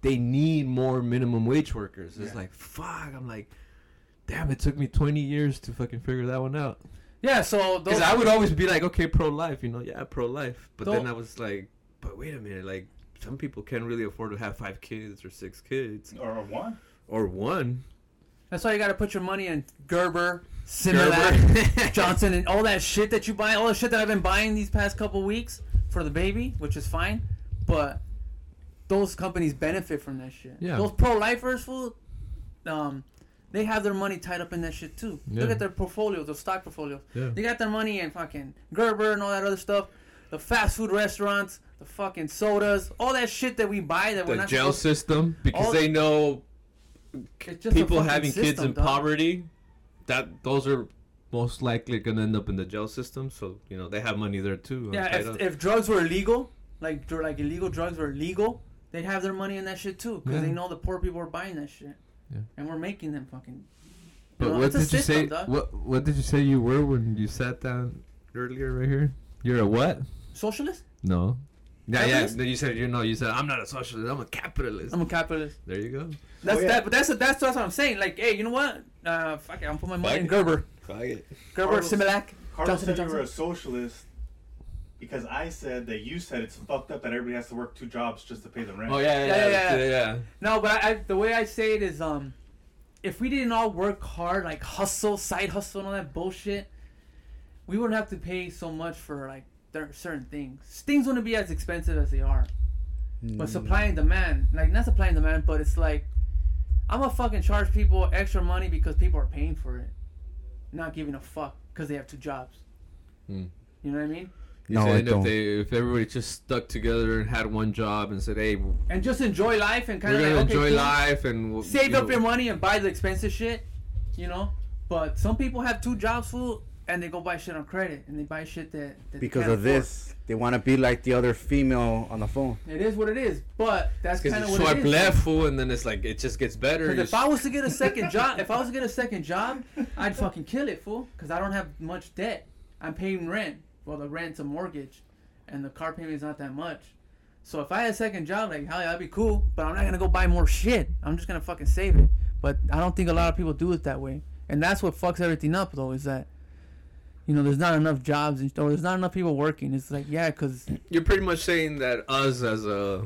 Speaker 3: They need more minimum wage workers. It's
Speaker 4: Yeah.
Speaker 3: like, fuck. I'm like, damn, it took me 20 years to fucking figure that one out.
Speaker 1: yeah. So those,
Speaker 3: Because I would always be like, okay, pro life, you know, yeah, pro life. But then
Speaker 1: Don't-
Speaker 3: I was like, but wait a minute, like some people can't really afford to have five kids or six kids
Speaker 4: Or one.
Speaker 3: or one.
Speaker 1: that's why you got to put your money in Gerber, Similac,
Speaker 3: Gerber.
Speaker 1: Johnson, and all that shit that you buy, all the shit that I've been buying these past couple weeks for the baby, which is fine, but those companies benefit from that shit.
Speaker 6: Yeah.
Speaker 1: Those pro-lifers, fool, um, they have their money tied up in that shit too. Look
Speaker 6: Yeah.
Speaker 1: at their portfolios, their stock portfolios.
Speaker 6: Yeah.
Speaker 1: They got their money in fucking Gerber and all that other stuff, the fast food restaurants, the fucking sodas, all that shit that we buy that we're
Speaker 3: the
Speaker 1: not
Speaker 3: jail
Speaker 1: supposed
Speaker 3: system because
Speaker 1: all-
Speaker 3: they know
Speaker 1: to. It's just a
Speaker 3: people
Speaker 1: fucking
Speaker 3: having kids
Speaker 1: system,
Speaker 3: in
Speaker 1: dog.
Speaker 3: poverty. That those are most likely gonna end up in the jail system. So you know they have money there too. I'm
Speaker 1: Yeah,
Speaker 3: tied
Speaker 1: if,
Speaker 3: up.
Speaker 1: if drugs were legal, like dr- like illegal drugs were legal, they'd have their money in that shit too, because they
Speaker 6: Yeah.
Speaker 1: know the poor people are buying that shit,
Speaker 6: Yeah.
Speaker 1: and we're making them fucking.
Speaker 6: But
Speaker 1: know,
Speaker 6: what
Speaker 1: it's a
Speaker 6: did you say?
Speaker 1: system, dog.
Speaker 6: What What did you say you were when you sat down earlier right here? You're a what?
Speaker 1: Socialist?
Speaker 6: No.
Speaker 3: yeah, yeah.
Speaker 1: Capitalist?
Speaker 3: Then you said you know you said I'm not a socialist. I'm a capitalist.
Speaker 1: I'm a capitalist.
Speaker 3: there you go.
Speaker 1: That's
Speaker 4: Oh, yeah.
Speaker 1: that. But that's that's that's what I'm saying. Like, hey, you know what? Uh, fuck it. I'm putting my money
Speaker 3: Fuck
Speaker 1: in
Speaker 3: it.
Speaker 1: Gerber, Gerber,
Speaker 4: Carlos-
Speaker 1: Similac,
Speaker 4: Carlos
Speaker 1: Johnson and
Speaker 4: said you were a
Speaker 1: Johnson.
Speaker 4: socialist because I said that you said it's fucked up that everybody has to work two jobs just to pay the rent.
Speaker 3: Oh yeah, yeah,
Speaker 1: Yeah,
Speaker 3: yeah,
Speaker 1: yeah,
Speaker 3: yeah.
Speaker 1: yeah. No, but I, I, the way I say it is, um, if we didn't all work hard, like hustle, side hustle, and all that bullshit, we wouldn't have to pay so much for like th- certain things. Things wouldn't be as expensive as they are.
Speaker 3: Mm.
Speaker 1: But supply and demand, like not supply and demand, but it's like I'm gonna fucking charge people extra money because people are paying for it, not giving a fuck because they have two jobs.
Speaker 3: Hmm.
Speaker 1: You know what I mean?
Speaker 3: You
Speaker 2: No, I
Speaker 3: said if
Speaker 2: don't.
Speaker 3: they if everybody just stuck together and had one job and said, "Hey, we're
Speaker 1: And just enjoy life and kind
Speaker 3: gonna
Speaker 1: of like,
Speaker 3: enjoy
Speaker 1: okay, cool.
Speaker 3: life and we'll,
Speaker 1: save
Speaker 3: you
Speaker 1: up
Speaker 3: know,
Speaker 1: your money and buy the expensive shit, you know. But some people have two jobs full and they go buy shit on credit and they buy shit that, that they
Speaker 2: because
Speaker 1: can't
Speaker 2: of this, they want to be like the other female on the phone.
Speaker 1: afford. It is what it is, but that's kind
Speaker 3: Because
Speaker 1: of
Speaker 3: you
Speaker 1: what it
Speaker 3: swipe
Speaker 1: is.
Speaker 3: left, fool, and then it's like it just gets better.
Speaker 1: 'Cause
Speaker 3: You
Speaker 1: if I was to get a second job, if I was to get a second job, I'd fucking kill it, fool. Because I don't have much debt. I'm paying rent. Well, the rent's a mortgage, and the car payment's not that much. So if I had a second job, like hell yeah, that'd be cool. But I'm not gonna go buy more shit. I'm just gonna fucking save it. But I don't think a lot of people do it that way, and that's what fucks everything up, though, is that. You know, there's not enough jobs, and- or there's not enough people working. It's like, yeah, because
Speaker 3: You're pretty much saying that us as uh,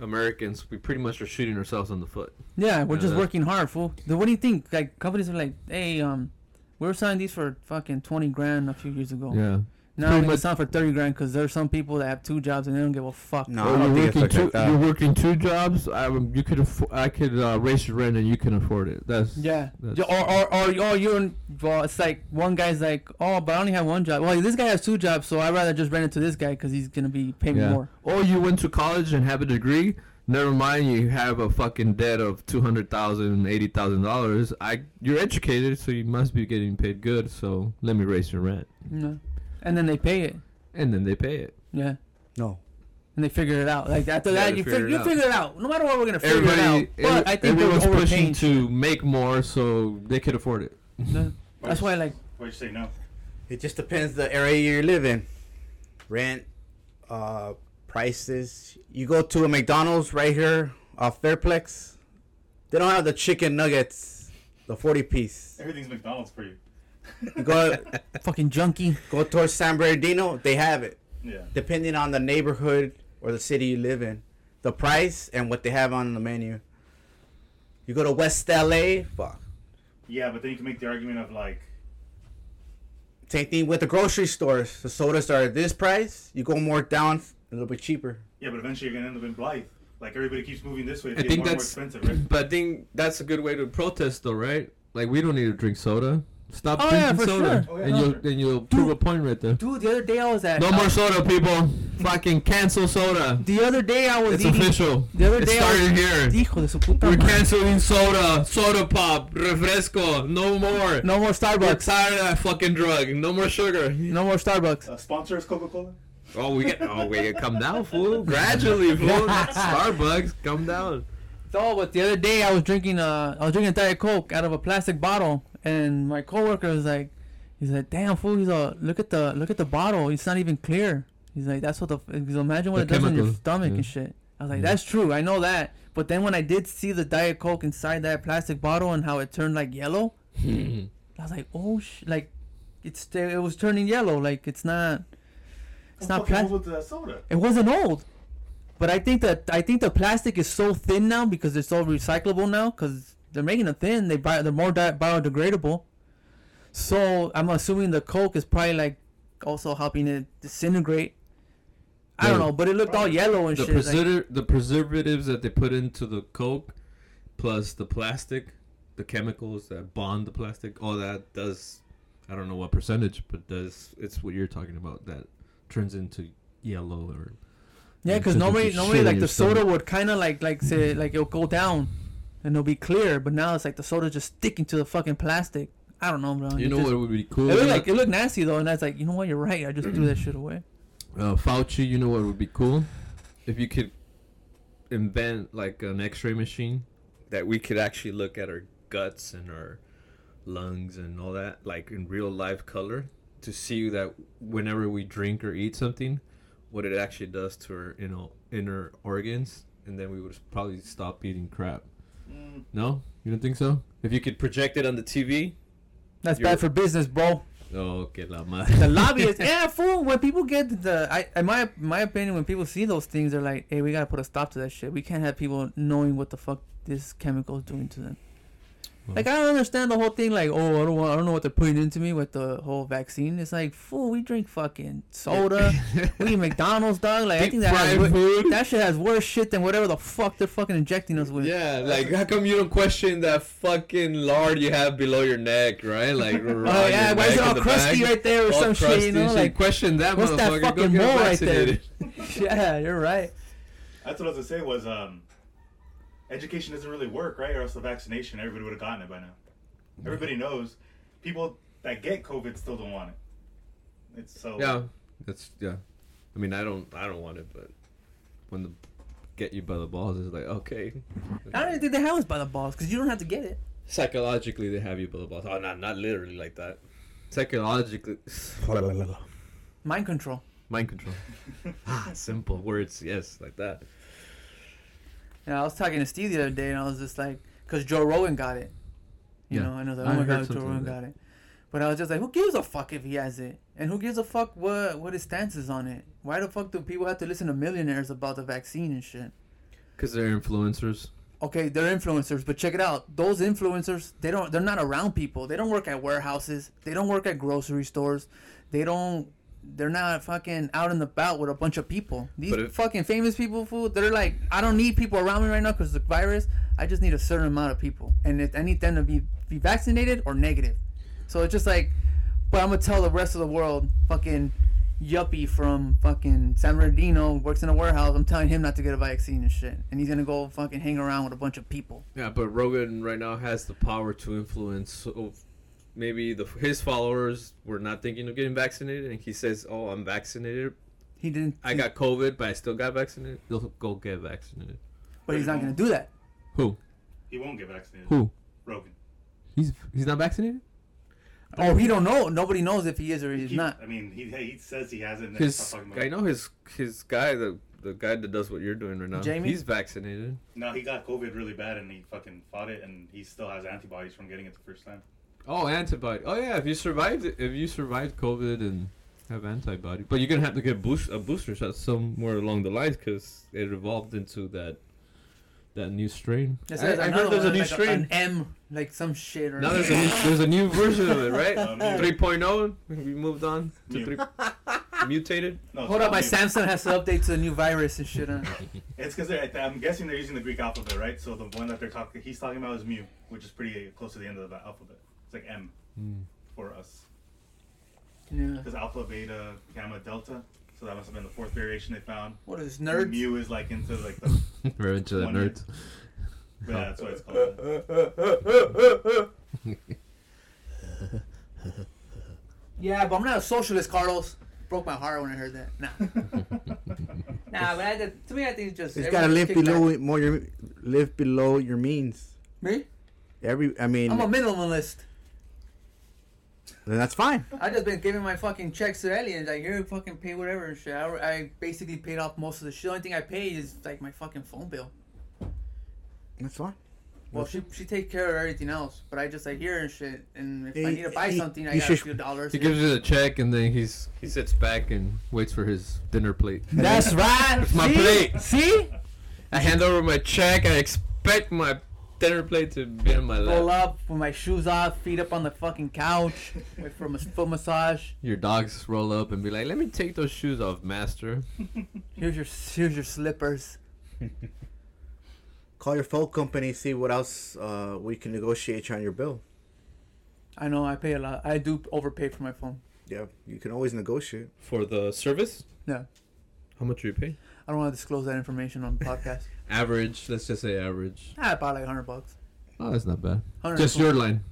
Speaker 3: Americans, we pretty much are shooting ourselves in the foot.
Speaker 1: Yeah, we're
Speaker 3: Yeah,
Speaker 1: just
Speaker 3: that-
Speaker 1: working hard, fool. Then what do you think? Like companies are like, hey, um, we were selling these for fucking twenty grand a few years ago.
Speaker 6: Yeah.
Speaker 1: Now
Speaker 6: pretty
Speaker 1: we can
Speaker 6: much-
Speaker 1: sell for thirty grand because there's some people that have two jobs and they don't give a fuck.
Speaker 2: No, I
Speaker 6: Well,
Speaker 2: don't
Speaker 6: you're
Speaker 2: think it's
Speaker 6: working
Speaker 2: like
Speaker 6: two.
Speaker 2: that.
Speaker 6: You're working two jobs. I would- you could affo- I could uh, raise your rent and you can afford it. That's
Speaker 1: Yeah.
Speaker 6: That's-
Speaker 1: Yeah, Or or or or you're well, it's like one guy's like, oh, but I only have one job. Well, this guy has two jobs, so I'd rather just rent it to this guy because he's gonna be paying
Speaker 6: Yeah.
Speaker 1: more.
Speaker 6: Or you went to college and have a degree.
Speaker 3: Never mind, you have a fucking debt of two hundred thousand, eighty thousand dollars. I, you're educated, so you must be getting paid good. So let me raise your rent,
Speaker 1: No. And then they pay it.
Speaker 3: and then they pay it.
Speaker 1: Yeah.
Speaker 2: No.
Speaker 1: And they figure it out. Like after
Speaker 3: Yeah,
Speaker 1: that,
Speaker 3: they
Speaker 1: you
Speaker 3: figure
Speaker 1: figure,
Speaker 3: it
Speaker 1: you
Speaker 3: out.
Speaker 1: figure it out. No matter what, we're gonna figure it out.
Speaker 3: Everybody,
Speaker 1: But
Speaker 3: every-
Speaker 1: I think they're
Speaker 3: everyone's pushing
Speaker 1: overpaying.
Speaker 3: to make more so they could afford it.
Speaker 1: No. That's why, like,
Speaker 4: Why'd you say no?
Speaker 2: It just depends the area you live in. Rent, uh, prices. You go to a McDonald's right here off Fairplex. They don't have the chicken nuggets, the forty piece.
Speaker 4: Everything's McDonald's for you.
Speaker 2: You go
Speaker 1: fucking junkie.
Speaker 2: go towards San Bernardino, they have it.
Speaker 4: Yeah.
Speaker 2: Depending on the neighborhood or the city you live in, the price and what they have on the menu. You go to West LA, fuck.
Speaker 4: Yeah, but then you can make the argument of like,
Speaker 2: Same thing with the grocery stores. The sodas are at this price. You go more down, a little bit cheaper.
Speaker 4: yeah, but eventually you're gonna end up in Blythe. Like everybody keeps moving this way. It's
Speaker 3: I
Speaker 4: getting
Speaker 3: think
Speaker 4: more and more
Speaker 3: that's,
Speaker 4: expensive, right?
Speaker 3: but I think that's a good way to protest, though, right? Like we don't need to drink soda. Stop
Speaker 1: Oh, yeah,
Speaker 3: drinking
Speaker 1: for
Speaker 3: soda,
Speaker 1: sure.
Speaker 4: Oh, yeah,
Speaker 3: and
Speaker 4: no,
Speaker 3: you'll
Speaker 4: sure.
Speaker 3: and you'll prove a point right there.
Speaker 1: Dude, the other day I was at.
Speaker 3: No more soda, people. Fucking cancel soda.
Speaker 1: The other day I was
Speaker 3: It's
Speaker 1: eating.
Speaker 3: official.
Speaker 1: The other
Speaker 3: It
Speaker 1: day I was.
Speaker 3: started here.
Speaker 1: Hijo de su puta
Speaker 3: We're
Speaker 1: madre.
Speaker 3: canceling soda, soda pop, refresco. No more.
Speaker 1: No more
Speaker 3: We're
Speaker 1: Starbucks.
Speaker 3: tired of that fucking drug. No more sugar.
Speaker 1: No more Starbucks.
Speaker 4: Uh, sponsor is Coca Cola.
Speaker 3: Oh, we get. Oh, we come down, fool. Gradually, fool. Not Starbucks, come down.
Speaker 1: No, but the other day I was drinking uh I was drinking Diet Coke out of a plastic bottle, and my coworker was like, he's like, damn fool, he's a look at the look at the bottle, it's not even clear. He's like, that's what the f- he's, imagine what
Speaker 3: The
Speaker 1: it does on your
Speaker 3: chemical,
Speaker 1: stomach
Speaker 3: yeah.
Speaker 1: and shit. I was like,
Speaker 3: Yeah.
Speaker 1: that's true, I know that. But then when I did see the Diet Coke inside that plastic bottle and how it turned like yellow, I was like, oh sh, like, it's it was turning yellow, like it's not, it's not
Speaker 4: fucking
Speaker 1: plastic.
Speaker 4: move with the soda.
Speaker 1: It wasn't old. But I think that I think the plastic is so thin now because it's so recyclable now because they're making it thin. They buy they're more di- biodegradable. So I'm assuming the Coke is probably like also helping it disintegrate. I don't
Speaker 3: Dude.
Speaker 1: know, but it looked all yellow and
Speaker 3: the
Speaker 1: shit. like-
Speaker 3: preserv- the preservatives that they put into the coke, plus the plastic, the chemicals that bond the plastic, all that does. I don't know what percentage, but does it's what you're talking about that turns into yellow or
Speaker 1: yeah, because
Speaker 3: Just
Speaker 1: normally
Speaker 3: like you
Speaker 1: normally
Speaker 3: shit
Speaker 1: like
Speaker 3: in
Speaker 1: the
Speaker 3: your
Speaker 1: soda
Speaker 3: stomach.
Speaker 1: would kind of like like say like it'll go down, and it'll be clear. But now it's like the soda just sticking to the fucking plastic. I don't know, bro.
Speaker 3: you
Speaker 1: It
Speaker 3: know
Speaker 1: just-
Speaker 3: what would be
Speaker 1: It
Speaker 3: cool
Speaker 1: looked like it looked nasty though, and I was like, you know what, you're right. I just threw that shit away.
Speaker 3: uh, Fauci, you know what would be cool? If you could invent like an X-ray machine that we could actually look at our guts and our lungs and all that, like in real life color, to see that whenever we drink or eat something, what it actually does to our you know inner organs, and then we would probably stop eating crap.
Speaker 4: Mm,
Speaker 3: No, you don't think so? If you could project it on the TV.
Speaker 1: That's
Speaker 3: You're-
Speaker 1: bad for business, bro.
Speaker 3: Oh, que la
Speaker 1: The
Speaker 3: madre.
Speaker 1: lobbyists, yeah, fool. When people get the, I, in my my opinion, when people see those things, they're like, hey, we gotta put a stop to that shit. We can't have people knowing what the fuck this chemical is doing to them.
Speaker 3: Well-
Speaker 1: Like I don't understand the whole thing. Like, oh, I don't, want, I don't know what they're putting into me with the whole vaccine. It's like, fool, we drink fucking soda, we eat McDonald's, dog. Like, I
Speaker 3: Deep
Speaker 1: think that has,
Speaker 3: fried
Speaker 1: wor-
Speaker 3: food.
Speaker 1: that shit has worse shit than whatever the fuck they're fucking injecting us with.
Speaker 3: Yeah, like how come you don't question that fucking lard you have below your neck, right? Like,
Speaker 1: Oh yeah, why is it all crusty right there or some shit? You know, like,
Speaker 3: question that
Speaker 1: what's that
Speaker 3: motherfucker.
Speaker 1: fucking
Speaker 3: Go get
Speaker 1: mole right
Speaker 3: vaccinated.
Speaker 1: yeah, you're right.
Speaker 4: that's what I was gonna say was um, education doesn't really work, right? Or else the vaccination, everybody would have gotten it by now. Everybody knows. People that get COVID still don't want it. It's so
Speaker 3: Yeah, that's yeah. I mean, I don't, I don't want it, but when the get you by the balls, it's like okay.
Speaker 1: I don't even think they have us by the balls because you don't have to get it.
Speaker 3: Psychologically, they have you by the balls. Oh, not not literally like that. Psychologically,
Speaker 1: Mind control.
Speaker 3: mind control. ah, simple words, yes, like that.
Speaker 1: Yeah, I was talking to Steve the other day, and I was just like, because Joe Rogan got it. You
Speaker 3: Yeah.
Speaker 1: know, and I was like,
Speaker 3: I
Speaker 1: oh my
Speaker 3: heard
Speaker 1: god, Joe
Speaker 3: something
Speaker 1: Rogan
Speaker 3: like
Speaker 1: got it. But I was just like, who gives a fuck if he has it? And who gives a fuck what what his stance is on it? Why the fuck do people have to listen to millionaires about the vaccine and shit?
Speaker 3: Because they're influencers.
Speaker 1: Okay, they're influencers, but check it out. Those influencers, they don't they're not around people. They don't work at warehouses. They don't work at grocery stores. They don't they're not fucking out and about with a bunch of people. These
Speaker 3: But if-
Speaker 1: fucking famous people, fool, they're like, I don't need people around me right now because the virus. I just need a certain amount of people, and if I need them to be be vaccinated or negative. So it's just like, but I'm gonna tell the rest of the world, fucking, yuppie from fucking San Bernardino works in a warehouse. I'm telling him not to get a vaccine and shit, and he's gonna go fucking hang around with a bunch of people.
Speaker 3: Yeah, but Rogan right now has the power to influence. So maybe the his followers were not thinking of getting vaccinated, and he says, "Oh, I'm vaccinated.
Speaker 1: He didn't.
Speaker 3: I got COVID, but I still got vaccinated. You'll go get vaccinated."
Speaker 1: but he's not gonna do that.
Speaker 3: Who?
Speaker 4: He won't get vaccinated.
Speaker 3: Who?
Speaker 4: Rogan.
Speaker 3: He's he's not vaccinated.
Speaker 1: Oh, he don't know. Nobody knows if he is or he's
Speaker 4: He-
Speaker 1: not.
Speaker 4: I mean, he, he says he hasn't. and
Speaker 3: His
Speaker 4: stop talking about
Speaker 3: I
Speaker 4: it.
Speaker 3: know his his guy the the guy that does what you're doing right now.
Speaker 1: Jamie?
Speaker 3: He's vaccinated.
Speaker 4: No, he got COVID really bad and he fucking fought it and he still has antibodies from getting it the first time.
Speaker 3: Oh, antibody. Oh yeah, if you survived it- if you survived COVID and have antibody, but you're gonna have to get boost a booster shot somewhere along the lines because it evolved into that that new strain.
Speaker 1: It
Speaker 3: I,
Speaker 1: says
Speaker 3: I
Speaker 1: another
Speaker 3: heard there's a
Speaker 1: one,
Speaker 3: new
Speaker 1: like
Speaker 3: strain.
Speaker 1: an M, like some shit. Or
Speaker 3: Now there's a new, there's a new version of it, right?
Speaker 4: Um, yeah.
Speaker 3: 3.0. We moved on to
Speaker 4: New.
Speaker 3: three, mutated.
Speaker 4: No,
Speaker 1: Hold up, my
Speaker 4: Sam.
Speaker 1: Samsung has to update to the new virus and shit. Huh?
Speaker 4: It's because I'm guessing they're using the Greek alphabet, right? So the one that they're talking, he's talking about is mu, which is pretty close to the end of the alphabet. It's like M for us.
Speaker 1: Yeah.
Speaker 4: Because alpha, beta, gamma, delta. So that must have been the fourth variation they found.
Speaker 1: What is this, nerd?
Speaker 4: Mu is like into like the.
Speaker 3: We're into the
Speaker 4: One year.
Speaker 3: nerds.
Speaker 4: But yeah, that's what it's called.
Speaker 1: Yeah, but I'm not a socialist, Carlos. Broke my heart when I heard that. Nah, nah. But I, to me, I think it's just.
Speaker 2: It's gotta
Speaker 1: everyone's
Speaker 2: live
Speaker 1: kickback.
Speaker 2: below more your live below your means.
Speaker 1: me.
Speaker 2: Every I mean,
Speaker 1: I'm a minimalist.
Speaker 2: then that's fine.
Speaker 1: I just been giving my fucking checks to aliens. Like here, fucking pay whatever and shit. I, I basically paid off most of the shit. The only thing I paid is like my fucking phone bill.
Speaker 2: That's fine.
Speaker 1: Well, she she take care of everything else, but I just like here and shit. And if I
Speaker 2: Hey,
Speaker 1: need to buy
Speaker 2: hey,
Speaker 1: something, I
Speaker 2: you
Speaker 1: got a
Speaker 2: should-
Speaker 1: few dollars.
Speaker 3: He gives you the check and then he's he sits back and waits for his dinner plate.
Speaker 2: That's
Speaker 3: right. It's my plate.
Speaker 1: See,
Speaker 3: I hand over my check. I expect my dinner plate to be on my
Speaker 1: roll
Speaker 3: lap.
Speaker 1: up with my shoes off, feet up on the fucking couch, wait for a mas- foot massage.
Speaker 3: Your dogs roll up and be like, "Let me take those shoes off, master."
Speaker 1: Here's your here's your slippers.
Speaker 2: Call your phone company, see what else uh, we can negotiate you on your bill.
Speaker 1: I know I pay a lot. I do overpay for my phone.
Speaker 2: Yeah, you can always negotiate.
Speaker 3: For the service,
Speaker 1: Yeah,
Speaker 3: how much are you paying?
Speaker 1: I don't want to disclose that information on the podcast.
Speaker 3: Average. Let's just say average.
Speaker 1: I bought like hundred bucks.
Speaker 3: Oh, that's not bad.
Speaker 1: 100
Speaker 3: Just your line.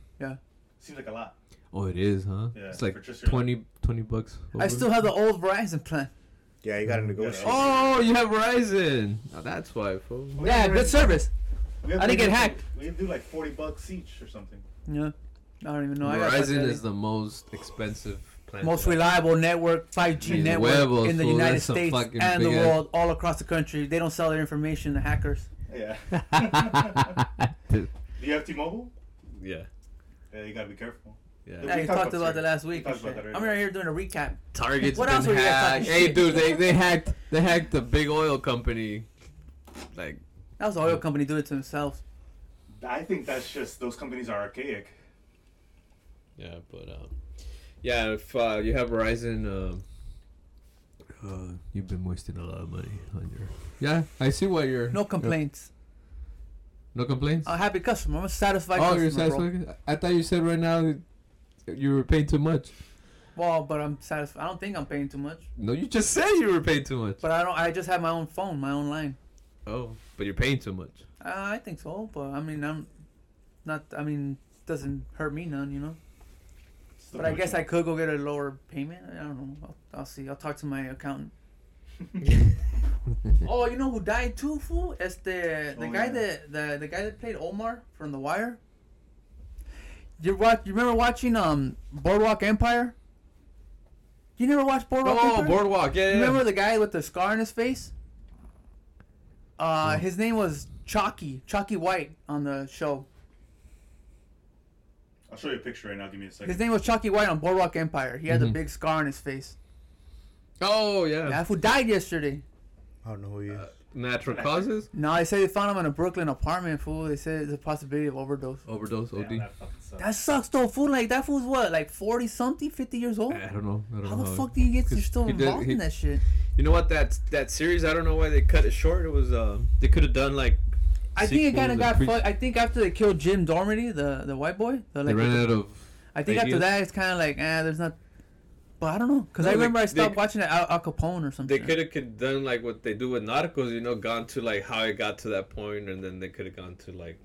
Speaker 4: Seems like a lot.
Speaker 3: Oh, it is, huh?
Speaker 4: Yeah,
Speaker 3: it's like
Speaker 4: for just your-
Speaker 3: 20, 20 bucks.
Speaker 1: I
Speaker 3: over.
Speaker 1: still have the old Verizon plan.
Speaker 2: Mm, Yeah, you gotta negotiate.
Speaker 4: Oh,
Speaker 3: Oh, you have Verizon. Now that's why, fool.
Speaker 1: Yeah, good service.
Speaker 4: We have
Speaker 1: I
Speaker 4: to
Speaker 1: didn't get
Speaker 4: do-
Speaker 1: hacked.
Speaker 4: We have to do like 40 bucks each or something.
Speaker 1: Yeah, I don't even know. I got that
Speaker 3: Verizon
Speaker 1: already.
Speaker 3: is the most expensive plan.
Speaker 1: most reliable network, 5G
Speaker 3: Jeez,
Speaker 1: network
Speaker 3: huevos,
Speaker 1: in the
Speaker 3: fool.
Speaker 1: United
Speaker 3: That's a
Speaker 1: States
Speaker 3: fucking
Speaker 1: and the
Speaker 3: big ass-
Speaker 1: world, all across the country. They don't sell their information to hackers.
Speaker 4: Yeah.
Speaker 3: Dude,
Speaker 4: do you have T-Mobile?
Speaker 3: yeah,
Speaker 4: Yeah, you gotta be careful.
Speaker 3: yeah.
Speaker 4: Yeah.
Speaker 1: Yeah,
Speaker 4: we
Speaker 1: you
Speaker 4: talked
Speaker 1: talked
Speaker 4: about
Speaker 1: about
Speaker 4: that.
Speaker 1: that last
Speaker 4: We
Speaker 1: week.
Speaker 4: talked
Speaker 1: and
Speaker 4: about
Speaker 1: shit.
Speaker 4: that
Speaker 1: I'm
Speaker 4: already.
Speaker 1: right here doing a recap.
Speaker 3: Target's
Speaker 1: What
Speaker 3: been
Speaker 1: else were you guys
Speaker 3: hacked.
Speaker 1: talking
Speaker 3: Hey,
Speaker 1: shit?
Speaker 3: dude, they they hacked they hacked the big oil company. Like,
Speaker 1: That was the oil company doing it to themselves.
Speaker 4: I think that's just those companies are archaic.
Speaker 3: yeah, but um, yeah, if uh, you have Verizon, um, uh, you've been wasting a lot of money on your. Yeah, I see why you're.
Speaker 1: No complaints.
Speaker 3: No complaints.
Speaker 1: I'm a happy customer. I'm a satisfied
Speaker 3: oh,
Speaker 1: customer.
Speaker 3: you're
Speaker 1: bro.
Speaker 3: satisfied. I thought you said right now you were paid too much.
Speaker 1: Well, but I'm satisfied. I don't think I'm paying too much.
Speaker 3: No, you just said you were paid too much.
Speaker 1: But I don't. I just have my own phone, my own line.
Speaker 3: Oh, but you're paying too much.
Speaker 1: Uh, I think so, but I mean, I'm not. I mean, doesn't hurt me none, you know. But I guess I could go get a lower payment. I don't know. I'll, I'll see. I'll talk to my accountant. oh, you know who died too, fool? It's the the
Speaker 4: Oh,
Speaker 1: guy
Speaker 4: yeah.
Speaker 1: that the, the guy that played Omar from The Wire. You watch? You remember watching um Boardwalk Empire? You never watched Boardwalk
Speaker 3: Oh,
Speaker 1: Empire?
Speaker 3: boardwalk. Yeah, yeah.
Speaker 1: Remember the guy with the scar on his face? Uh, his name was Chalky, Chalky White on the show.
Speaker 4: I'll show you a picture right now. Give me a second.
Speaker 1: His name was Chalky White on Boardwalk Empire. He had the
Speaker 3: Mhm.
Speaker 1: big scar on his face.
Speaker 3: Oh yeah.
Speaker 1: That fool died yesterday.
Speaker 2: I don't know who he is.
Speaker 3: Natural causes.
Speaker 1: No, they say they found him in a Brooklyn apartment, fool. They said it's a possibility of overdose.
Speaker 3: Overdose.
Speaker 4: Damn,
Speaker 3: OD.
Speaker 4: that fucking sucks.
Speaker 1: That sucks though, fool. Like that fool's what, like forty something, fifty years old?
Speaker 3: I don't know. I don't
Speaker 1: How
Speaker 3: know
Speaker 1: the fuck do you get you're
Speaker 3: Because
Speaker 1: still
Speaker 3: he did-
Speaker 1: involved
Speaker 3: he-
Speaker 1: in that shit?
Speaker 3: You know what? That that series. I don't know why they cut it short. It was. Uh, they could have done like.
Speaker 1: I think it
Speaker 3: sequels
Speaker 1: kind of
Speaker 3: and
Speaker 1: got
Speaker 3: pre-
Speaker 1: fucked. I think after they killed Jim Dormady, the the white boy, the,
Speaker 3: They
Speaker 1: like,
Speaker 3: ran out of.
Speaker 1: I think after
Speaker 3: ideas.
Speaker 1: that it's kind of like, ah, eh, there's not. But I don't know because
Speaker 3: No,
Speaker 1: I
Speaker 3: they-
Speaker 1: remember I
Speaker 3: they-
Speaker 1: stopped watching it Al, Al Capone or
Speaker 3: They
Speaker 1: something.
Speaker 3: could have could done like what they do with Narcos, you know, gone to like how it got to that point, and then they could have gone to like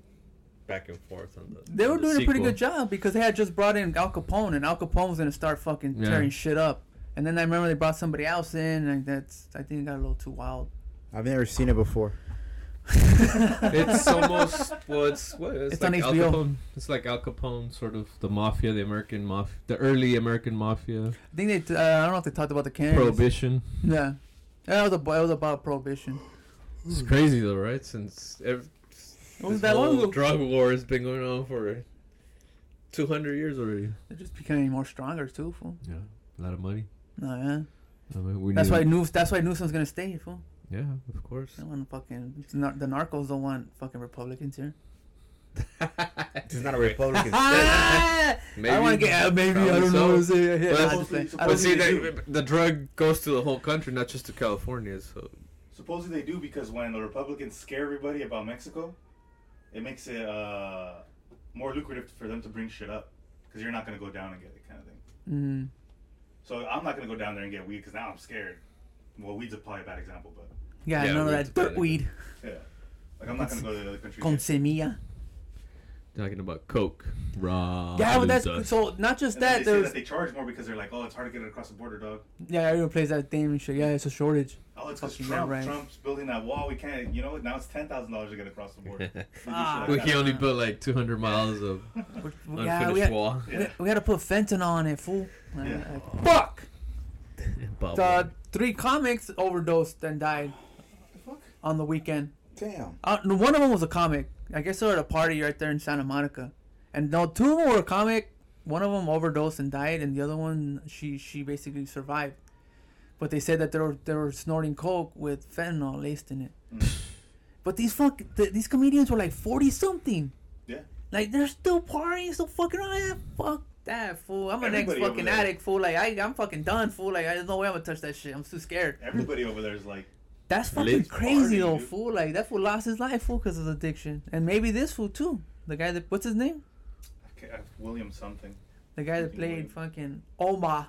Speaker 3: back and forth on the.
Speaker 1: They were
Speaker 3: on the
Speaker 1: doing a pretty
Speaker 3: sequel.
Speaker 1: good job because they had just brought in Al Capone, and Al Capone was gonna start fucking
Speaker 6: Yeah.
Speaker 1: tearing shit up. And then I remember they brought somebody else in, and that's I think it got a little too wild.
Speaker 2: I've never seen it before.
Speaker 6: it's almost well, it's what it's,
Speaker 1: It's
Speaker 6: like
Speaker 1: on
Speaker 6: Al
Speaker 1: HBO.
Speaker 6: Capone. It's like Al Capone, sort of the mafia, the American mafia, the early American mafia,
Speaker 1: I think they t- uh, I don't know if they talked about the cannons.
Speaker 6: prohibition.
Speaker 1: Yeah, that was, a, it was about prohibition.
Speaker 6: It's
Speaker 1: Hmm.
Speaker 6: crazy though, right? Since ev
Speaker 1: It was
Speaker 6: this
Speaker 1: that long
Speaker 6: whole
Speaker 1: ago.
Speaker 6: drug war has been going on for two hundred years already.
Speaker 1: They're just becoming more stronger too, fool.
Speaker 6: Yeah, a lot of money.
Speaker 1: No, yeah.
Speaker 6: I mean, we
Speaker 1: That's
Speaker 6: need-
Speaker 1: why Newsom. That's why Newsom's gonna stay, fool.
Speaker 6: Yeah, of course.
Speaker 1: They want fucking the nar- the narcos don't want fucking Republicans here.
Speaker 2: It's not a Republican.
Speaker 1: Ah! I want to
Speaker 3: Maybe.
Speaker 1: get uh, maybe
Speaker 3: Probably
Speaker 1: I don't
Speaker 3: so.
Speaker 1: know. What to say. Yeah,
Speaker 3: But-
Speaker 1: I just say- I
Speaker 3: But
Speaker 1: don't
Speaker 3: see,
Speaker 1: think they
Speaker 3: the, the drug goes to the whole country, not just to California. So
Speaker 4: Supposedly they do because when the Republicans scare everybody about Mexico, it makes it uh, more lucrative for them to bring shit up because you're not gonna go down and get it kind of thing.
Speaker 1: do. Mm.
Speaker 4: So I'm not gonna go down there and get weed because now I'm scared. Well, weed's a probably a bad example, but
Speaker 1: Yeah,
Speaker 3: Yeah,
Speaker 1: none of
Speaker 3: we
Speaker 1: that
Speaker 3: took that
Speaker 1: dirt
Speaker 3: into-
Speaker 1: weed
Speaker 4: yeah, like I'm not gonna go to the other country.
Speaker 1: con
Speaker 4: and get-
Speaker 1: semilla.
Speaker 6: Talking about coke,
Speaker 3: Ah,
Speaker 6: raw.
Speaker 1: Yeah, but that's
Speaker 6: dust.
Speaker 1: so not just
Speaker 4: And then
Speaker 1: that.
Speaker 4: they say
Speaker 1: There's
Speaker 4: that they charge more because they're like, oh, it's hard to get it across the border, dog.
Speaker 1: yeah, everyone plays that thing and shit. Yeah, it's a shortage.
Speaker 4: Oh, it's because
Speaker 1: Fucking
Speaker 4: Trump,
Speaker 1: right.
Speaker 4: Trump's building that wall. We can't, you know, now it's ten thousand dollars to get across the border. We do shit
Speaker 1: Ah.
Speaker 6: Well,
Speaker 4: like
Speaker 6: he
Speaker 4: that.
Speaker 6: only built like 200 miles of
Speaker 1: We're- we- Yeah, we
Speaker 6: unfinished
Speaker 1: had,
Speaker 6: wall.
Speaker 1: we- we had to put fentanyl on it, fool.
Speaker 4: Yeah.
Speaker 1: Uh, fuck.
Speaker 3: Oh,
Speaker 6: Bubble.
Speaker 1: The three comics overdosed and died on the weekend.
Speaker 2: Damn.
Speaker 1: Uh, no, one of them was a comic. I guess they were at a party right there in Santa Monica, and no, two of them were a comic. One of them overdosed and died, and the other one she she basically survived. But they said that they were they were snorting coke with fentanyl laced in it.
Speaker 4: Hmm.
Speaker 1: But these fuck th- these comedians were like forty something.
Speaker 4: Yeah.
Speaker 1: Like they're still partying, still fucking on yeah, Fuck that fool. I'm an ex
Speaker 4: Everybody over
Speaker 1: fucking
Speaker 4: there.
Speaker 1: addict fool. Like I I'm fucking done fool. Like I, there's no way I'm gonna touch that shit. I'm too scared.
Speaker 4: Everybody over there is like,
Speaker 1: That's fucking
Speaker 6: Lives
Speaker 1: crazy
Speaker 4: partying,
Speaker 1: though,
Speaker 4: dude.
Speaker 1: fool. Like that fool lost his life, fool, because of addiction, and maybe this fool too. The guy that what's his name?
Speaker 4: okay, uh, William something.
Speaker 1: The guy that
Speaker 4: Freaking
Speaker 1: played
Speaker 4: William.
Speaker 1: fucking Omar,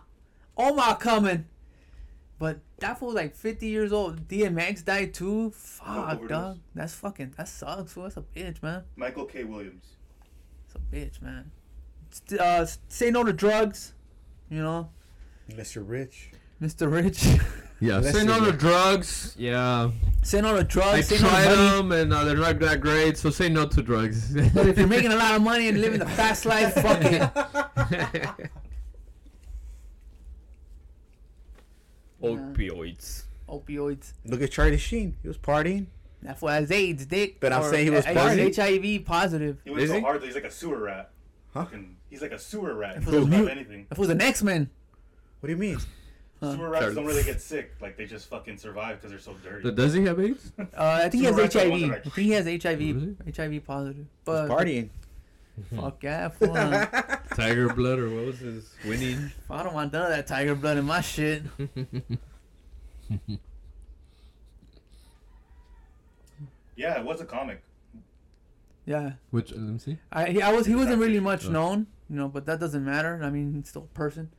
Speaker 1: Omar coming. But that fool like 50 years old. DMX died too. Fuck,
Speaker 4: overdose.
Speaker 1: dog. That's fucking. That sucks, fool. That's a bitch, man.
Speaker 4: Michael K. Williams.
Speaker 1: That's a bitch, man. St- uh, s- say no to drugs. You know,
Speaker 2: Mr. Rich.
Speaker 1: Mr. Rich.
Speaker 6: yeah,
Speaker 2: Less
Speaker 6: say no
Speaker 2: than
Speaker 6: to drugs. Yeah,
Speaker 1: say no to
Speaker 6: I
Speaker 1: drugs. Uh, say no to
Speaker 6: tried
Speaker 3: um,
Speaker 1: money.
Speaker 6: them and uh, they're not that great. So say no to drugs.
Speaker 1: But if you're making a lot of money and living the fast life, fuck it.
Speaker 3: opioids.
Speaker 1: Opioids.
Speaker 2: Look at Charlie Sheen. He was partying.
Speaker 1: That's why it's AIDS, dick.
Speaker 2: But I'm
Speaker 1: Or
Speaker 2: saying he was
Speaker 1: I- I-
Speaker 2: positive.
Speaker 1: HIV positive.
Speaker 4: He went
Speaker 3: Is
Speaker 4: so
Speaker 3: he?
Speaker 4: hard that he's like a sewer rat.
Speaker 2: Huh?
Speaker 4: Fucking- he's like a sewer rat. He
Speaker 1: Who?
Speaker 4: doesn't have
Speaker 1: Mute.
Speaker 4: anything.
Speaker 1: If it was an X-Men,
Speaker 2: What do you mean?
Speaker 4: Sewer rats
Speaker 3: Sorry.
Speaker 4: don't really get sick. Like they just fucking survive because they're so dirty.
Speaker 6: So Does he have AIDS?
Speaker 1: uh, I think he has
Speaker 4: Super Rat, I
Speaker 1: HIV.
Speaker 4: wonder,
Speaker 1: I
Speaker 4: like-
Speaker 1: think he has HIV.
Speaker 6: Really?
Speaker 1: HIV positive. But
Speaker 2: Partying.
Speaker 1: fuck yeah, fool. I
Speaker 6: Tiger blood or what was his? Winnie.
Speaker 1: don't want none of that tiger blood in my shit.
Speaker 4: yeah, it was a comic.
Speaker 1: Yeah,
Speaker 6: Which let me see.
Speaker 1: I he, I was he wasn't really much
Speaker 6: Oh.
Speaker 1: known, you know, but that doesn't matter. I mean, he's still a person.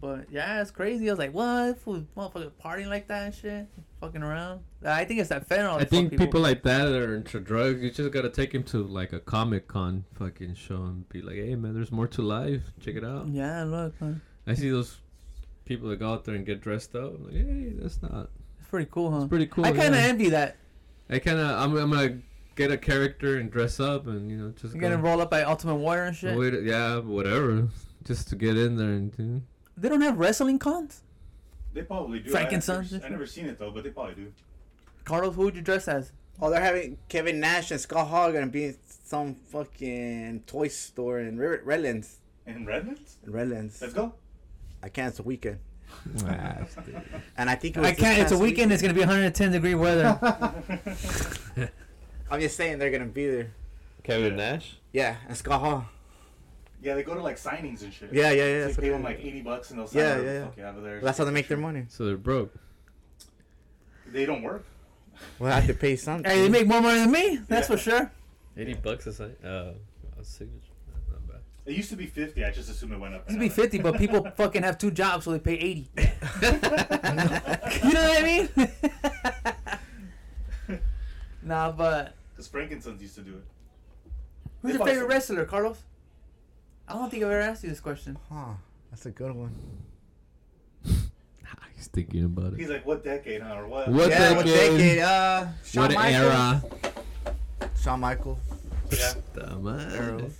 Speaker 1: But yeah, it's crazy. I was like, what? Fool, motherfucker partying like that and shit, fucking around. I think it's that fentanyl.
Speaker 6: I
Speaker 1: that fuck
Speaker 6: think people like that that are into drugs. You just gotta take him to like a comic con fucking show and be like, hey man, there's more to life. Check it out.
Speaker 1: Yeah, look, huh?
Speaker 6: I see those people that go out there and get dressed up. I'm like, hey, that's not.
Speaker 1: it's pretty cool, huh?
Speaker 6: It's pretty cool.
Speaker 1: I kind of
Speaker 6: yeah.
Speaker 1: envy that.
Speaker 6: I kind of. I'm, I'm gonna get a character and dress up and you know just.
Speaker 1: You're gonna
Speaker 6: go-
Speaker 1: roll up by Ultimate Warrior and shit.
Speaker 6: Wait, yeah, whatever. Just to get in there and do.
Speaker 1: They don't have wrestling cons.
Speaker 4: They probably do.
Speaker 1: Frankenstein?
Speaker 4: I, I've never, I never seen it though, but they probably do.
Speaker 1: Carlos, who would you dress as?
Speaker 2: Oh, they're having Kevin Nash and Scott Hall gonna be in some fucking toy store in Red- Redlands.
Speaker 4: In Redlands,
Speaker 2: In Redlands.
Speaker 4: let's go.
Speaker 2: I can't. It's a weekend.
Speaker 6: Ah,
Speaker 2: And I think it was
Speaker 1: I
Speaker 2: this
Speaker 1: can't. It's a
Speaker 2: past
Speaker 1: weekend. It's gonna be 110 degree weather.
Speaker 2: I'm just saying they're gonna be there.
Speaker 3: Kevin Nash.
Speaker 2: Yeah, and Scott Hall.
Speaker 4: Yeah, they go to like signings and shit.
Speaker 2: Yeah, yeah, yeah.
Speaker 4: They
Speaker 2: That's,
Speaker 4: pay
Speaker 2: what
Speaker 4: them
Speaker 2: like
Speaker 4: like eighty bucks and they'll sign
Speaker 2: Yeah,
Speaker 4: whatever
Speaker 2: yeah,
Speaker 4: the
Speaker 2: yeah.
Speaker 4: fuck you have there.
Speaker 2: that's how they make their money.
Speaker 6: so they're broke.
Speaker 4: They don't work.
Speaker 2: Well, I have to pay something.
Speaker 1: hey, they make more money than me. That's for sure.
Speaker 3: Eighty bucks a sign. Uh, a signature. Not bad.
Speaker 4: It used to be 50. I just assume it went up.
Speaker 1: It used to be 50, but people fucking have two jobs, so they pay 80. you know what I mean? nah, but.
Speaker 4: Because Frankenstein's used to do it.
Speaker 1: Who's
Speaker 4: They
Speaker 1: your
Speaker 4: bought
Speaker 1: favorite
Speaker 4: some-
Speaker 1: wrestler, Carlos? I don't think I've ever asked you this question.
Speaker 2: Huh. That's a good one.
Speaker 3: He's thinking about it.
Speaker 4: He's like, what decade, huh? Or what?
Speaker 3: What
Speaker 2: yeah, what
Speaker 3: decade?
Speaker 2: decade? Uh, Shawn
Speaker 3: What
Speaker 2: Michaels.
Speaker 3: era?
Speaker 2: Shawn Michaels.
Speaker 4: Yeah.
Speaker 3: The man.
Speaker 2: Arrows.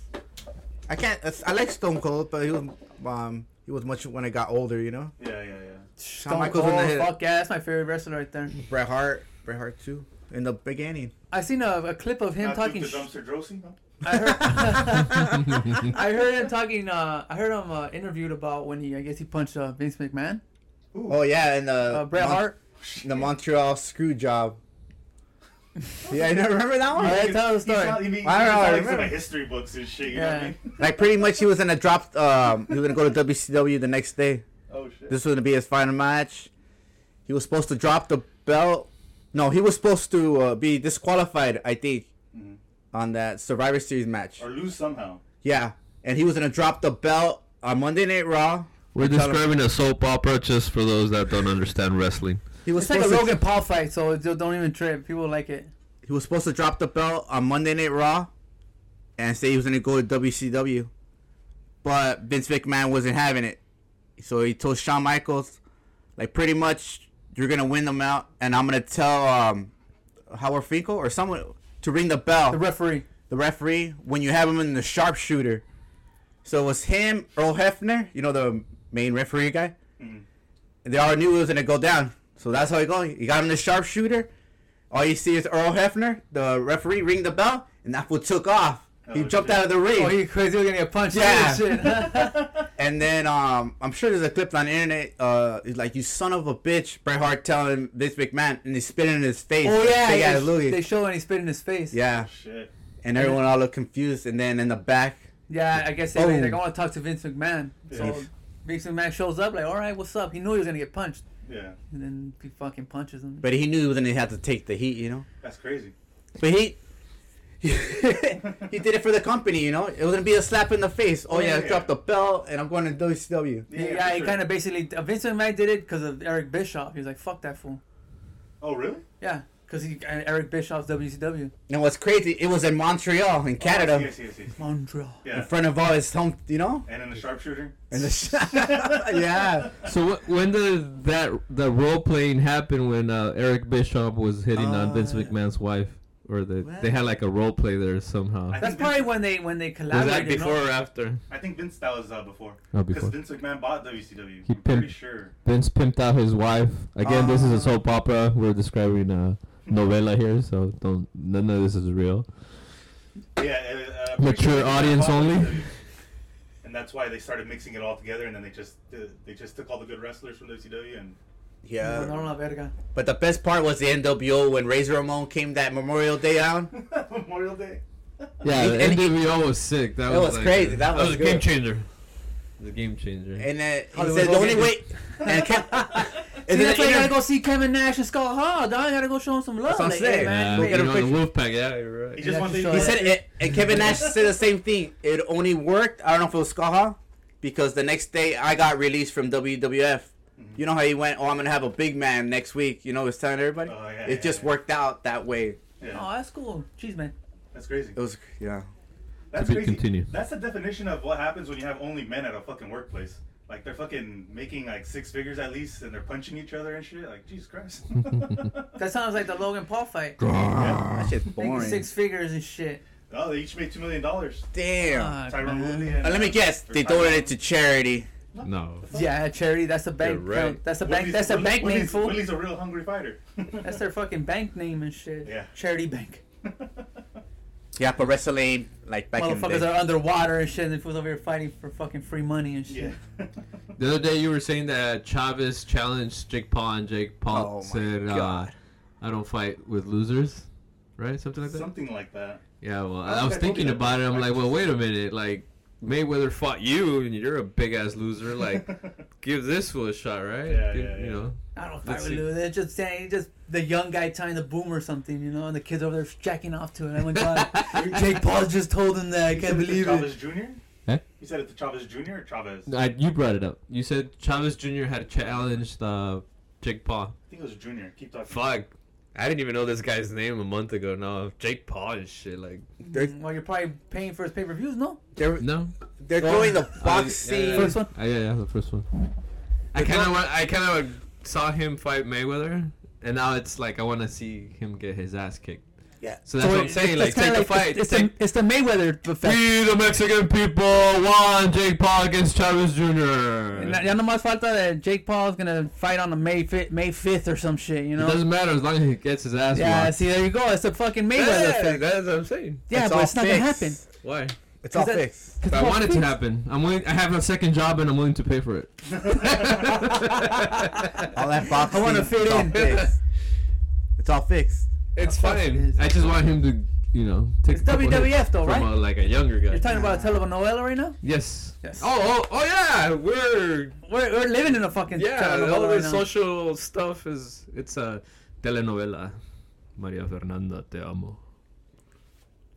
Speaker 2: I can't. I like Stone Cold, but he was um he was much when I got older, you know.
Speaker 4: Yeah, yeah, yeah.
Speaker 1: Stone
Speaker 2: Shawn Michaels in
Speaker 1: Cold,
Speaker 2: the hit.
Speaker 1: Fuck yeah, that's my favorite wrestler right there.
Speaker 2: Bret Hart, Bret Hart too, in the beginning.
Speaker 1: I seen a, a clip of him
Speaker 4: Not
Speaker 1: talking.
Speaker 4: Duke
Speaker 1: Sh-
Speaker 4: the dumpster Drosy, huh?
Speaker 1: I heard. I heard him talking. Uh, I heard him uh, interviewed about when he, I guess he punched uh, Vince McMahon.
Speaker 4: Ooh.
Speaker 2: Oh yeah, and the
Speaker 1: Uh, Bret
Speaker 2: Mon-
Speaker 1: Hart.
Speaker 2: the Montreal screw job. yeah, you never remember that one?
Speaker 1: Yeah, tell
Speaker 4: He-
Speaker 1: the
Speaker 4: Oh, he's
Speaker 1: story.
Speaker 4: not- he mean-
Speaker 2: I don't
Speaker 4: he's
Speaker 2: know, I
Speaker 4: not like some
Speaker 2: remember.
Speaker 4: of the history books and shit. You know what I
Speaker 1: Yeah.
Speaker 4: mean?
Speaker 2: Like pretty much, he was in a drop. Um, he was gonna go to WCW the next day.
Speaker 4: Oh shit.
Speaker 2: This was gonna be his final match. He was supposed to drop the belt. No, he was supposed to uh, be disqualified. I think
Speaker 4: Mhm.
Speaker 2: on that Survivor Series match.
Speaker 4: or lose somehow.
Speaker 2: Yeah, and he was gonna drop the belt on Monday Night Raw.
Speaker 3: We're
Speaker 2: Tell 'em-
Speaker 3: describing a soap opera just for those that don't understand wrestling.
Speaker 2: He was
Speaker 1: It's like a
Speaker 2: supposed to,
Speaker 1: Logan Paul fight, so don't don't even trip. People like it.
Speaker 2: he was supposed to drop the belt on Monday Night Raw, and say he was gonna go to WCW, but Vince McMahon wasn't having it, so he told Shawn Michaels, like pretty much you're gonna win them out, and I'm gonna tell um, Howard Finkel or someone to ring the bell.
Speaker 1: The referee.
Speaker 2: the referee when you have him in the sharpshooter. So it was him, Earl Hefner, you know the main referee guy.
Speaker 1: Mm-hmm.
Speaker 2: And they all knew it was gonna go down. So that's how he go. He got him in the sharpshooter. All you see is Earl Hefner, the referee, ring the bell, and that fool took off. he
Speaker 4: Oh,
Speaker 2: jumped
Speaker 4: shit.
Speaker 2: out of the ring.
Speaker 1: Oh, he crazy. You're gonna get punched.
Speaker 2: Yeah.
Speaker 1: Yeah. Shit.
Speaker 4: Oh,
Speaker 2: And then um, I'm sure there's a clip on the internet. Uh, he's like you son of a bitch, Bret Hart telling Vince McMahon, and he's spitting in his face.
Speaker 1: oh yeah.
Speaker 2: Big
Speaker 1: they
Speaker 2: ass
Speaker 1: sh-
Speaker 2: Louis.
Speaker 1: They show and he spit in his face.
Speaker 2: yeah,
Speaker 4: Shit.
Speaker 2: and everyone all looked confused. And then in the back,
Speaker 1: Yeah, I guess they like,
Speaker 2: Boom.
Speaker 1: like, I want to talk to Vince McMahon. So
Speaker 4: Yeah.
Speaker 1: Vince McMahon shows up like, all right, what's up? He knew he was gonna get punched,
Speaker 4: Yeah.
Speaker 1: and then he fucking punches him.
Speaker 2: but he knew he was gonna have to take the heat, you know.
Speaker 4: That's crazy.
Speaker 2: But he, he did it for the company, you know. It was gonna be a slap in the face. Oh yeah,
Speaker 4: Yeah.
Speaker 2: drop the belt, and I'm going to WCW.
Speaker 1: Yeah,
Speaker 4: for
Speaker 1: he
Speaker 4: sure.
Speaker 1: kind of basically uh, Vince McMahon did it because of Eric Bischoff. He was like, fuck that fool.
Speaker 4: Oh really?
Speaker 1: Yeah, because he uh, Eric Bischoff's WCW
Speaker 2: And what's crazy, it was in Montreal, in
Speaker 4: Oh, I see, I
Speaker 2: Canada,
Speaker 4: see, I see.
Speaker 1: Montreal.
Speaker 2: in
Speaker 4: Yeah.
Speaker 2: front of all his home, you know.
Speaker 4: And then the sharpshooter.
Speaker 2: And the yeah,
Speaker 3: So what, when did that the role playing happen when uh, Eric Bischoff was hitting on Vince
Speaker 2: Uh,
Speaker 3: McMahon's wife, or the, they
Speaker 2: well-
Speaker 3: had like a role play there somehow?
Speaker 4: I
Speaker 1: That's
Speaker 4: think Vince-
Speaker 1: probably when they when they
Speaker 3: Was
Speaker 1: collaborated.
Speaker 3: that
Speaker 1: you know?
Speaker 3: before or after?
Speaker 4: I think Vince that was uh, before.
Speaker 3: Oh,
Speaker 4: Because
Speaker 3: before.
Speaker 4: Vince McMahon bought WCW.
Speaker 3: He
Speaker 4: I'm pretty
Speaker 3: pimped-
Speaker 4: sure.
Speaker 3: Vince pimped out his wife. Again, this is
Speaker 2: Ah.
Speaker 3: a soap opera. We're describing a novella here, so don't none of this is real.
Speaker 4: Yeah. Uh, uh,
Speaker 3: Mature
Speaker 4: pretty sure
Speaker 3: audience
Speaker 4: Vince McMahon bought
Speaker 3: only?
Speaker 4: WCW. And that's why they started mixing it all together, and then they just uh, they just took all the good wrestlers from WCW and
Speaker 1: No, no,
Speaker 2: yeah.
Speaker 1: no, verga.
Speaker 2: But the best part was the NWO when Razor Ramon came that Memorial Day out.
Speaker 4: Memorial Day.
Speaker 3: Yeah, the
Speaker 2: And-
Speaker 3: NWO was sick. That
Speaker 2: That
Speaker 3: was,
Speaker 2: was
Speaker 3: like
Speaker 2: crazy.
Speaker 3: a-
Speaker 2: That was
Speaker 3: a
Speaker 2: good.
Speaker 3: game changer. The game changer.
Speaker 2: And uh, he
Speaker 1: Hollywood
Speaker 2: said the
Speaker 1: Hogan.
Speaker 2: only way. And Kev,
Speaker 1: See,
Speaker 2: and then
Speaker 1: that's why
Speaker 2: the
Speaker 1: you gotta
Speaker 2: inter-
Speaker 1: go see Kevin Nash and Scott Hall. Dog, I gotta go show him some love.
Speaker 2: That's what I'm
Speaker 1: Like,
Speaker 2: saying.
Speaker 1: hey, man,
Speaker 3: Uh,
Speaker 1: hey.
Speaker 2: get a
Speaker 3: you know, the
Speaker 2: picture.
Speaker 3: Wolfpack. Yeah, you're
Speaker 4: He
Speaker 3: right.
Speaker 4: just
Speaker 1: Yeah,
Speaker 4: wants
Speaker 1: just
Speaker 4: to.
Speaker 1: show
Speaker 2: He said it, and Kevin Nash said the same thing. It only worked. I don't know if it was Skaha, because the next day I got released from WWF. You know how he went? Oh, I'm gonna have a big man next week. You know, he was telling everybody.
Speaker 4: Oh, yeah,
Speaker 2: it
Speaker 4: yeah,
Speaker 2: just
Speaker 4: yeah.
Speaker 2: worked out that way.
Speaker 4: Yeah,
Speaker 1: Oh, that's cool. Cheese man.
Speaker 4: that's crazy.
Speaker 2: It was yeah.
Speaker 4: That's
Speaker 3: be
Speaker 4: crazy.
Speaker 3: continued.
Speaker 4: That's the definition of what happens when you have only men at a fucking workplace. Like they're fucking making like six figures at least, and they're punching each other and shit. Like Jesus Christ.
Speaker 1: That sounds like the Logan Paul fight.
Speaker 2: That shit's
Speaker 1: Making
Speaker 2: boring.
Speaker 1: six figures and shit.
Speaker 4: oh, they each made two million dollars.
Speaker 2: Damn.
Speaker 1: Fuck,
Speaker 4: Tyron
Speaker 1: man.
Speaker 4: Woodley.
Speaker 2: Uh,
Speaker 4: And,
Speaker 2: let me guess. They donated it to charity.
Speaker 3: No.
Speaker 1: Yeah, charity. That's the bank.
Speaker 3: You're right.
Speaker 1: account. That's the bank. That's the bank name.
Speaker 4: Willie's,
Speaker 1: Fool.
Speaker 4: Willie's a real hungry fighter.
Speaker 1: That's their fucking bank name and shit.
Speaker 4: Yeah.
Speaker 1: Charity bank.
Speaker 2: Yeah, but wrestling like back in the
Speaker 1: Motherfuckers
Speaker 2: day.
Speaker 1: are underwater and shit. And fools over here fighting for fucking free money and shit.
Speaker 4: yeah.
Speaker 3: The other day you were saying that Chavez challenged Jake Paul and Jake Paul
Speaker 2: Oh my
Speaker 3: said, uh,
Speaker 2: God.
Speaker 3: "I don't fight with losers," right? Something like that.
Speaker 4: Something like that.
Speaker 3: Yeah. Well, I, was
Speaker 4: I think I told you
Speaker 3: thinking
Speaker 4: that
Speaker 3: about it. I'm
Speaker 4: before.
Speaker 3: like, well, wait a minute. Like Mayweather fought you, and you're a big ass loser. Like, give this fool a shot, right?
Speaker 4: Yeah,
Speaker 3: Give-
Speaker 4: yeah, yeah.
Speaker 3: You know.
Speaker 1: I don't
Speaker 3: Let's
Speaker 1: fight with
Speaker 3: see.
Speaker 1: Lou. They're just saying, just the young guy tying the boom or something, you know, and the kids over there jacking off to it. I went, God, Jake Paul just told him that. I can't believe it.
Speaker 4: Jr.
Speaker 6: Eh?
Speaker 4: You said it's Chavez Jr. or Chavez? I
Speaker 6: I, you brought it up. You said Chavez Jr. had challenged uh, Jake Paul.
Speaker 4: think it was Jr. Keep talking.
Speaker 3: Fuck. I didn't even know this guy's name a month ago. Now Jake Paul and shit. Like
Speaker 2: They're
Speaker 1: Mm, Well, you're probably paying for his pay per views, no?
Speaker 2: they're
Speaker 6: No,
Speaker 2: they're throwing the
Speaker 6: yeah,
Speaker 2: boxing.
Speaker 6: yeah,
Speaker 1: First one.
Speaker 6: Ah, yeah, yeah, the first one.
Speaker 3: I kind of want. I kind of saw him fight Mayweather, and now it's like I want to see him get his ass kicked.
Speaker 2: Yeah.
Speaker 3: So that's what I'm
Speaker 1: it's- it's
Speaker 3: saying. Like take
Speaker 1: kinda
Speaker 3: the fight.
Speaker 1: It's, it's,
Speaker 3: take,
Speaker 1: the, it's the Mayweather effect.
Speaker 3: we the Mexican people want Jake Paul against Chavez
Speaker 1: Na-
Speaker 3: Jr.
Speaker 1: Ya no más falta that Jake Paul is gonna fight on the May fifth, May fifth or some shit, you
Speaker 6: It
Speaker 1: know?
Speaker 6: doesn't matter as long as he gets his ass.
Speaker 1: Yeah,
Speaker 6: whooped.
Speaker 1: see, there you go. It's the fucking Mayweather
Speaker 3: Yeah,
Speaker 1: effect.
Speaker 3: that's what I'm saying.
Speaker 1: Yeah,
Speaker 2: It's
Speaker 1: but
Speaker 2: all
Speaker 1: it's not gonna
Speaker 2: fixed.
Speaker 1: happen.
Speaker 3: Why?
Speaker 2: It's all
Speaker 1: Is that-
Speaker 2: fixed.
Speaker 6: If I want it to happen. I'm willing. I have a second job and I'm willing to pay for it.
Speaker 2: All that boxing.
Speaker 1: wanna fit
Speaker 2: it's all
Speaker 1: in.
Speaker 2: fixed. It's all fixed.
Speaker 3: It's
Speaker 1: Of course it
Speaker 3: fine.
Speaker 1: is.
Speaker 6: I just want him to, you know, take
Speaker 1: It's
Speaker 6: a couple
Speaker 1: WWF
Speaker 6: hits
Speaker 1: though,
Speaker 6: from
Speaker 1: right?
Speaker 6: a, like a younger guy.
Speaker 1: You're talking about a telenovela right now?
Speaker 6: yes.
Speaker 1: Yes.
Speaker 3: Oh, oh, oh yeah, we're
Speaker 1: We're, we're living in a fucking
Speaker 3: yeah.
Speaker 1: telenovela
Speaker 3: All
Speaker 1: right
Speaker 3: this
Speaker 1: now.
Speaker 3: social stuff is it's a telenovela. Maria Fernanda, te amo.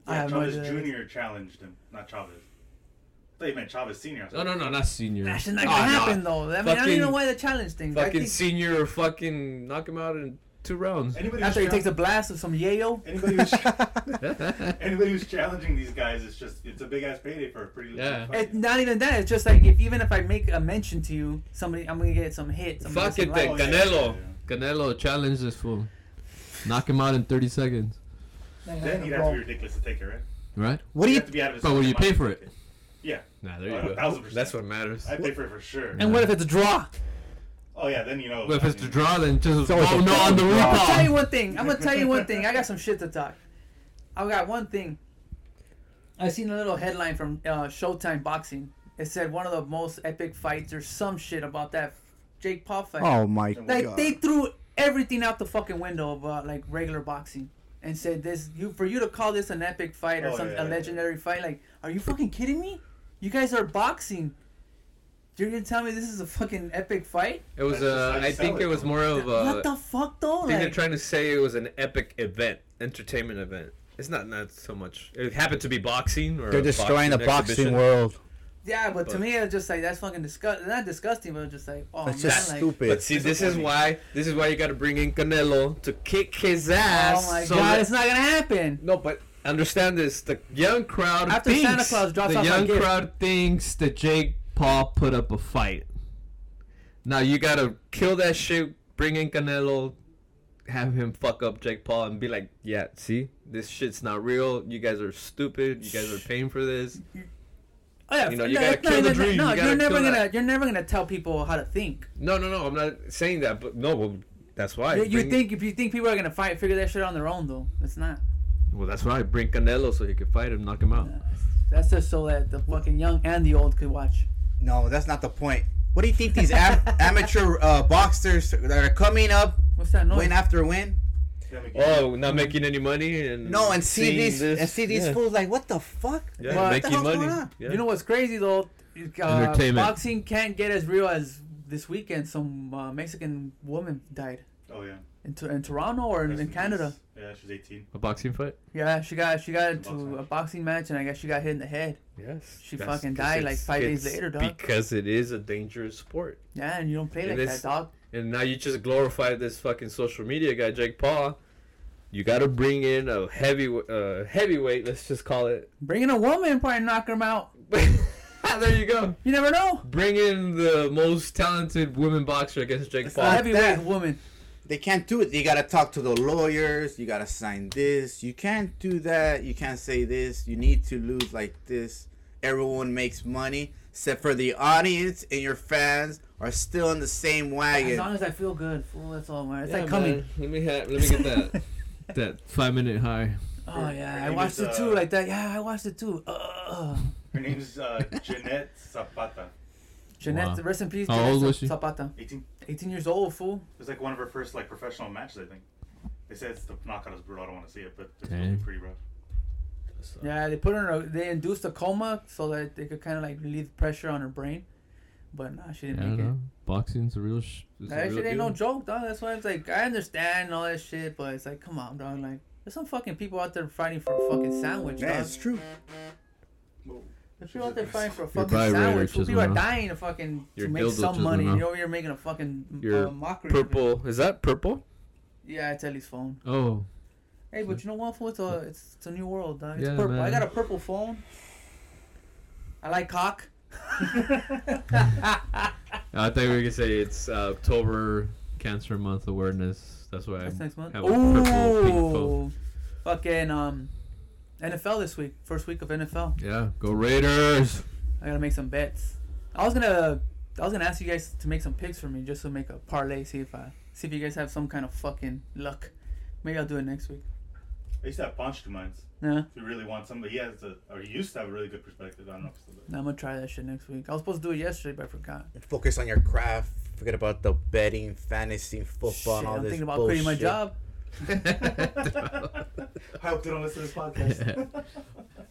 Speaker 1: I
Speaker 4: Yeah,
Speaker 1: have no
Speaker 4: Chavez
Speaker 1: idea.
Speaker 4: Jr. challenged him, not Chavez. I thought you meant Chavez Sr.
Speaker 3: No, no, no, not senior.
Speaker 1: That's not gonna
Speaker 3: Ah, no.
Speaker 1: happen though. I mean, I don't even
Speaker 3: Fucking-
Speaker 1: know why the challenge thing. I
Speaker 3: Fucking
Speaker 1: think
Speaker 3: senior, fucking knock him out in two rounds.
Speaker 4: Anybody
Speaker 1: after he
Speaker 4: who's
Speaker 1: takes a blast of some yayo.
Speaker 4: Anybody who's, anybody who's challenging these guys is just it's a big ass payday for a pretty
Speaker 3: Yeah.
Speaker 1: It's not even that. It's just like if even if I make a mention to you, somebody I'm gonna get some hits. I'm gonna
Speaker 3: Fuck
Speaker 1: get
Speaker 3: it,
Speaker 1: some
Speaker 3: then
Speaker 4: Oh,
Speaker 1: likes.
Speaker 3: Canelo.
Speaker 6: Canelo challenge this fool. Knock him out in 30 seconds,
Speaker 4: Then you'd have to be ridiculous to take it, right?
Speaker 6: right?
Speaker 2: What do
Speaker 4: You'd
Speaker 2: you?
Speaker 4: have to be out of his
Speaker 6: But will
Speaker 4: fucking
Speaker 6: you pay
Speaker 4: mind
Speaker 6: for
Speaker 4: to take Yeah,
Speaker 3: Nah, there
Speaker 4: Oh,
Speaker 3: you
Speaker 4: a
Speaker 3: go.
Speaker 4: thousand percent.
Speaker 3: That's what matters.
Speaker 4: I pay for it for sure.
Speaker 1: And what if it's a draw?
Speaker 4: Oh yeah, then you know.
Speaker 6: But if
Speaker 4: I
Speaker 6: it's the
Speaker 4: mean,
Speaker 6: draw, then just
Speaker 5: So it's
Speaker 6: oh
Speaker 5: a
Speaker 6: no on the
Speaker 5: draw.
Speaker 1: I'm gonna tell you
Speaker 6: recall.
Speaker 1: one thing. I'm gonna tell you one thing. I got some shit to talk. I got one thing. I seen a little headline from uh, Showtime Boxing. It said one of the most epic fights or some shit about that Jake Paul fight.
Speaker 2: Oh my
Speaker 1: like
Speaker 2: god.
Speaker 1: they threw everything out the fucking window about like regular boxing and said this you for you to call this an epic fight or
Speaker 4: Oh,
Speaker 1: some
Speaker 4: yeah,
Speaker 1: a
Speaker 4: yeah.
Speaker 1: legendary fight. Like, are you fucking kidding me? You guys are boxing. You're gonna tell me this is a fucking epic fight?
Speaker 3: It was
Speaker 4: That's just
Speaker 3: uh,
Speaker 4: how you
Speaker 3: I think
Speaker 4: sell it,
Speaker 3: it was
Speaker 4: though.
Speaker 3: more of
Speaker 1: what the
Speaker 3: uh,
Speaker 1: fuck though?
Speaker 3: I think they're
Speaker 1: Like,
Speaker 3: trying to say it was an epic event, entertainment event. It's not not so much. It happened to be boxing or
Speaker 2: They're
Speaker 3: a
Speaker 2: destroying the boxing
Speaker 3: exhibition.
Speaker 2: world.
Speaker 1: Yeah, but, to
Speaker 3: But-
Speaker 1: me, it's just like that's fucking disgust. Not disgusting, but just like oh
Speaker 2: That's
Speaker 1: man,
Speaker 2: just
Speaker 1: like,
Speaker 2: stupid.
Speaker 3: But see, this is
Speaker 4: Disappointing.
Speaker 3: why this is why you got to bring in Canelo to kick his ass.
Speaker 1: Oh my
Speaker 3: so
Speaker 1: god,
Speaker 3: that-
Speaker 1: it's not gonna happen.
Speaker 3: No, but understand this: the young crowd
Speaker 1: After
Speaker 3: thinks,
Speaker 1: Santa Claus drops
Speaker 6: The
Speaker 1: off my
Speaker 6: young
Speaker 1: gift.
Speaker 6: crowd thinks that Jake Paul put up a fight.
Speaker 3: Now you gotta kill that shit. Bring in Canelo, have him fuck up Jake Paul, and be like, "Yeah, see, this shit's not real. You guys are stupid. You guys are paying for this."
Speaker 1: Oh, yeah,
Speaker 3: You know,
Speaker 1: f-
Speaker 3: you
Speaker 1: no,
Speaker 3: gotta
Speaker 1: it's not
Speaker 3: kill the
Speaker 1: even that-
Speaker 3: dream,
Speaker 1: No,
Speaker 3: you
Speaker 1: you
Speaker 3: gotta
Speaker 1: are never
Speaker 3: kill
Speaker 1: gonna.
Speaker 3: that.
Speaker 1: You're never gonna tell people how to think.
Speaker 3: No, no, no. I'm not saying that, but no. Well, that's why.
Speaker 1: You, you
Speaker 3: Bring-
Speaker 1: think if you think people are gonna fight, figure that shit out on their own though. It's not.
Speaker 3: Well, that's why I bring Canelo so he can fight him, knock him out.
Speaker 1: That's just so that the fucking young and the old could watch.
Speaker 2: No, that's not the point. What do you think these am- amateur uh, boxers that are coming up
Speaker 1: What's that noise?
Speaker 2: win after win?
Speaker 4: then we can-
Speaker 3: Oh, not making any money and
Speaker 2: No, and see
Speaker 3: seeing
Speaker 2: these
Speaker 3: this-
Speaker 2: and see these
Speaker 3: yeah.
Speaker 2: fools like what the fuck?
Speaker 3: Yeah,
Speaker 1: Well,
Speaker 2: what the
Speaker 3: making
Speaker 2: hell's
Speaker 3: money.
Speaker 2: going on?
Speaker 3: Yeah.
Speaker 1: You know what's crazy though? Uh,
Speaker 6: Entertainment.
Speaker 1: boxing can't get as real as this weekend. Some uh, Mexican woman died
Speaker 4: oh yeah.
Speaker 1: in, Tor- in Toronto or in,
Speaker 4: Rest
Speaker 1: in
Speaker 4: peace.
Speaker 1: Canada.
Speaker 4: Yeah, she was 18.
Speaker 6: A boxing fight?
Speaker 1: Yeah, she got she got into
Speaker 4: Boxing
Speaker 1: a
Speaker 4: match.
Speaker 1: boxing match and I guess she got hit in the head.
Speaker 3: Yes.
Speaker 1: She
Speaker 3: that's
Speaker 1: fucking
Speaker 3: 'cause
Speaker 1: died, like,
Speaker 3: it's-
Speaker 1: five days
Speaker 3: it's
Speaker 1: later, dog.
Speaker 3: Because it is a dangerous sport.
Speaker 1: Yeah, and you don't play
Speaker 3: And
Speaker 1: like
Speaker 3: it's-
Speaker 1: that, dog.
Speaker 3: And now you just glorify this fucking social media guy, Jake Paul. You got to bring in a heavy, uh, heavyweight. Let's just call it.
Speaker 1: Bringing a woman probably knock him out.
Speaker 3: there you go.
Speaker 1: You never know.
Speaker 3: Bring in the most talented women boxer against Jake
Speaker 2: It's
Speaker 1: A
Speaker 3: Paul.
Speaker 2: not-
Speaker 1: heavyweight
Speaker 2: that.
Speaker 1: woman.
Speaker 2: They can't do it. You gotta talk to the lawyers. You gotta sign this. You can't do that. You can't say this. You need to lose like this. Everyone makes money, except for the audience and your fans are still in the same
Speaker 1: As
Speaker 2: wagon.
Speaker 1: long as I feel good, fool, that's all. Man. It's
Speaker 3: Yeah,
Speaker 1: like coming.
Speaker 3: man. Let me have. Let me get that.
Speaker 6: That five minute high.
Speaker 1: Oh
Speaker 4: Her-
Speaker 1: yeah,
Speaker 4: her
Speaker 1: I
Speaker 4: name
Speaker 1: watched
Speaker 4: is,
Speaker 1: it too,
Speaker 4: uh,
Speaker 1: like that. Yeah, I watched it too. Uh,
Speaker 4: Her name's uh, Jeanette Zapata.
Speaker 1: Jeanette,
Speaker 6: Wow.
Speaker 1: rest in peace.
Speaker 6: How
Speaker 1: Jeanette
Speaker 6: old was she?
Speaker 1: Zapata,
Speaker 4: 18.
Speaker 1: 18 years old, fool.
Speaker 4: It was like one of her first like professional matches, I think. They said it's the knockout is brutal. I don't want to see it, but it's supposed to
Speaker 6: Dang.
Speaker 4: be pretty rough.
Speaker 1: Yeah, they put her in a, they induced a coma so that they could kind of like relieve pressure on her brain, but nah, she
Speaker 6: I
Speaker 1: didn't
Speaker 6: don't
Speaker 1: make it.
Speaker 6: know. Boxing's a real. Sh- it's a
Speaker 1: That shit
Speaker 6: real
Speaker 1: ain't no
Speaker 6: deal.
Speaker 1: joke, dog. That's why it's like I understand all that shit, but it's like, come on, dog. Like, there's some fucking people out there fighting for a fucking sandwich,
Speaker 2: Man,
Speaker 1: dog.
Speaker 2: it's true.
Speaker 1: The people out there fighting for a
Speaker 3: Your
Speaker 1: fucking
Speaker 3: vibrator
Speaker 1: sandwich. Fool,
Speaker 3: chisel,
Speaker 1: People are
Speaker 3: huh?
Speaker 1: dying to fucking
Speaker 3: Your
Speaker 1: to make
Speaker 3: dildo
Speaker 1: some
Speaker 3: chisel,
Speaker 1: money.
Speaker 3: huh?
Speaker 1: You're over here making a fucking
Speaker 3: Your
Speaker 1: uh, mockery. of it.
Speaker 3: Purple. Is that purple?
Speaker 1: Yeah, it's Ellie's phone.
Speaker 3: Oh.
Speaker 1: Hey, but you know what? Fool? It's a it's, it's a new world. Dog. It's
Speaker 3: Yeah,
Speaker 1: purple. I
Speaker 3: man.
Speaker 1: got a purple phone. I like cock.
Speaker 3: I think we could say it's uh, October Cancer Month Awareness. That's why
Speaker 1: That's
Speaker 3: I
Speaker 1: next month.
Speaker 3: have a purple pink phone.
Speaker 1: Ooh, fucking um, NFL this week. First week of NFL.
Speaker 3: Yeah, go Raiders.
Speaker 1: I gotta make some bets. I was gonna I was gonna ask you guys to make some picks for me just to make a parlay, see if I see if you guys have some kind of fucking luck. Maybe I'll do it next week.
Speaker 4: I used to have Ponch to mines.
Speaker 1: Nah,
Speaker 4: If you really want somebody, he has a, or he used to have a really good perspective. I don't know if it's still there.
Speaker 1: nah, I'm gonna try that shit next week. I was supposed to do it yesterday, but I forgot.
Speaker 2: Focus on your craft. Forget about the betting, fantasy, football,
Speaker 1: Shit,
Speaker 2: and all
Speaker 1: I'm
Speaker 2: this
Speaker 1: thinking about quitting
Speaker 2: bullshit.
Speaker 1: my job.
Speaker 4: I hope they don't listen to this podcast.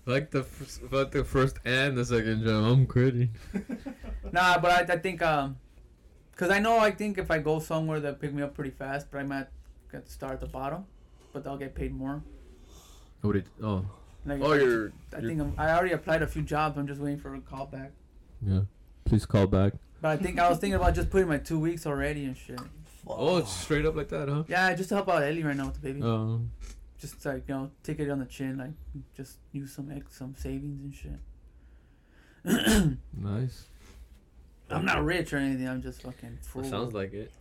Speaker 3: like the f- like the first and the second job. I'm quitting.
Speaker 1: Nah, but I, I think um, cause I know I think if I go somewhere that pick me up pretty fast, but I might get to start at the bottom, but they'll get paid more.
Speaker 3: Oh, did, oh.
Speaker 1: Like,
Speaker 3: oh,
Speaker 1: I,
Speaker 3: you're.
Speaker 1: I
Speaker 3: you're-
Speaker 1: think I'm, I already applied a few jobs. I'm just waiting for a call back.
Speaker 3: yeah. Please call back.
Speaker 1: But I think I was thinking about just putting my two weeks already and shit.
Speaker 3: Oh, it's straight up like that, huh?
Speaker 1: Yeah, just to help out Ellie right now with the baby.
Speaker 3: Oh.
Speaker 1: Just like you know, take it on the chin, like just use some ex, some savings and shit.
Speaker 3: nice.
Speaker 1: I'm not rich or anything. I'm just fucking.
Speaker 3: That
Speaker 1: frugal.
Speaker 3: sounds like it.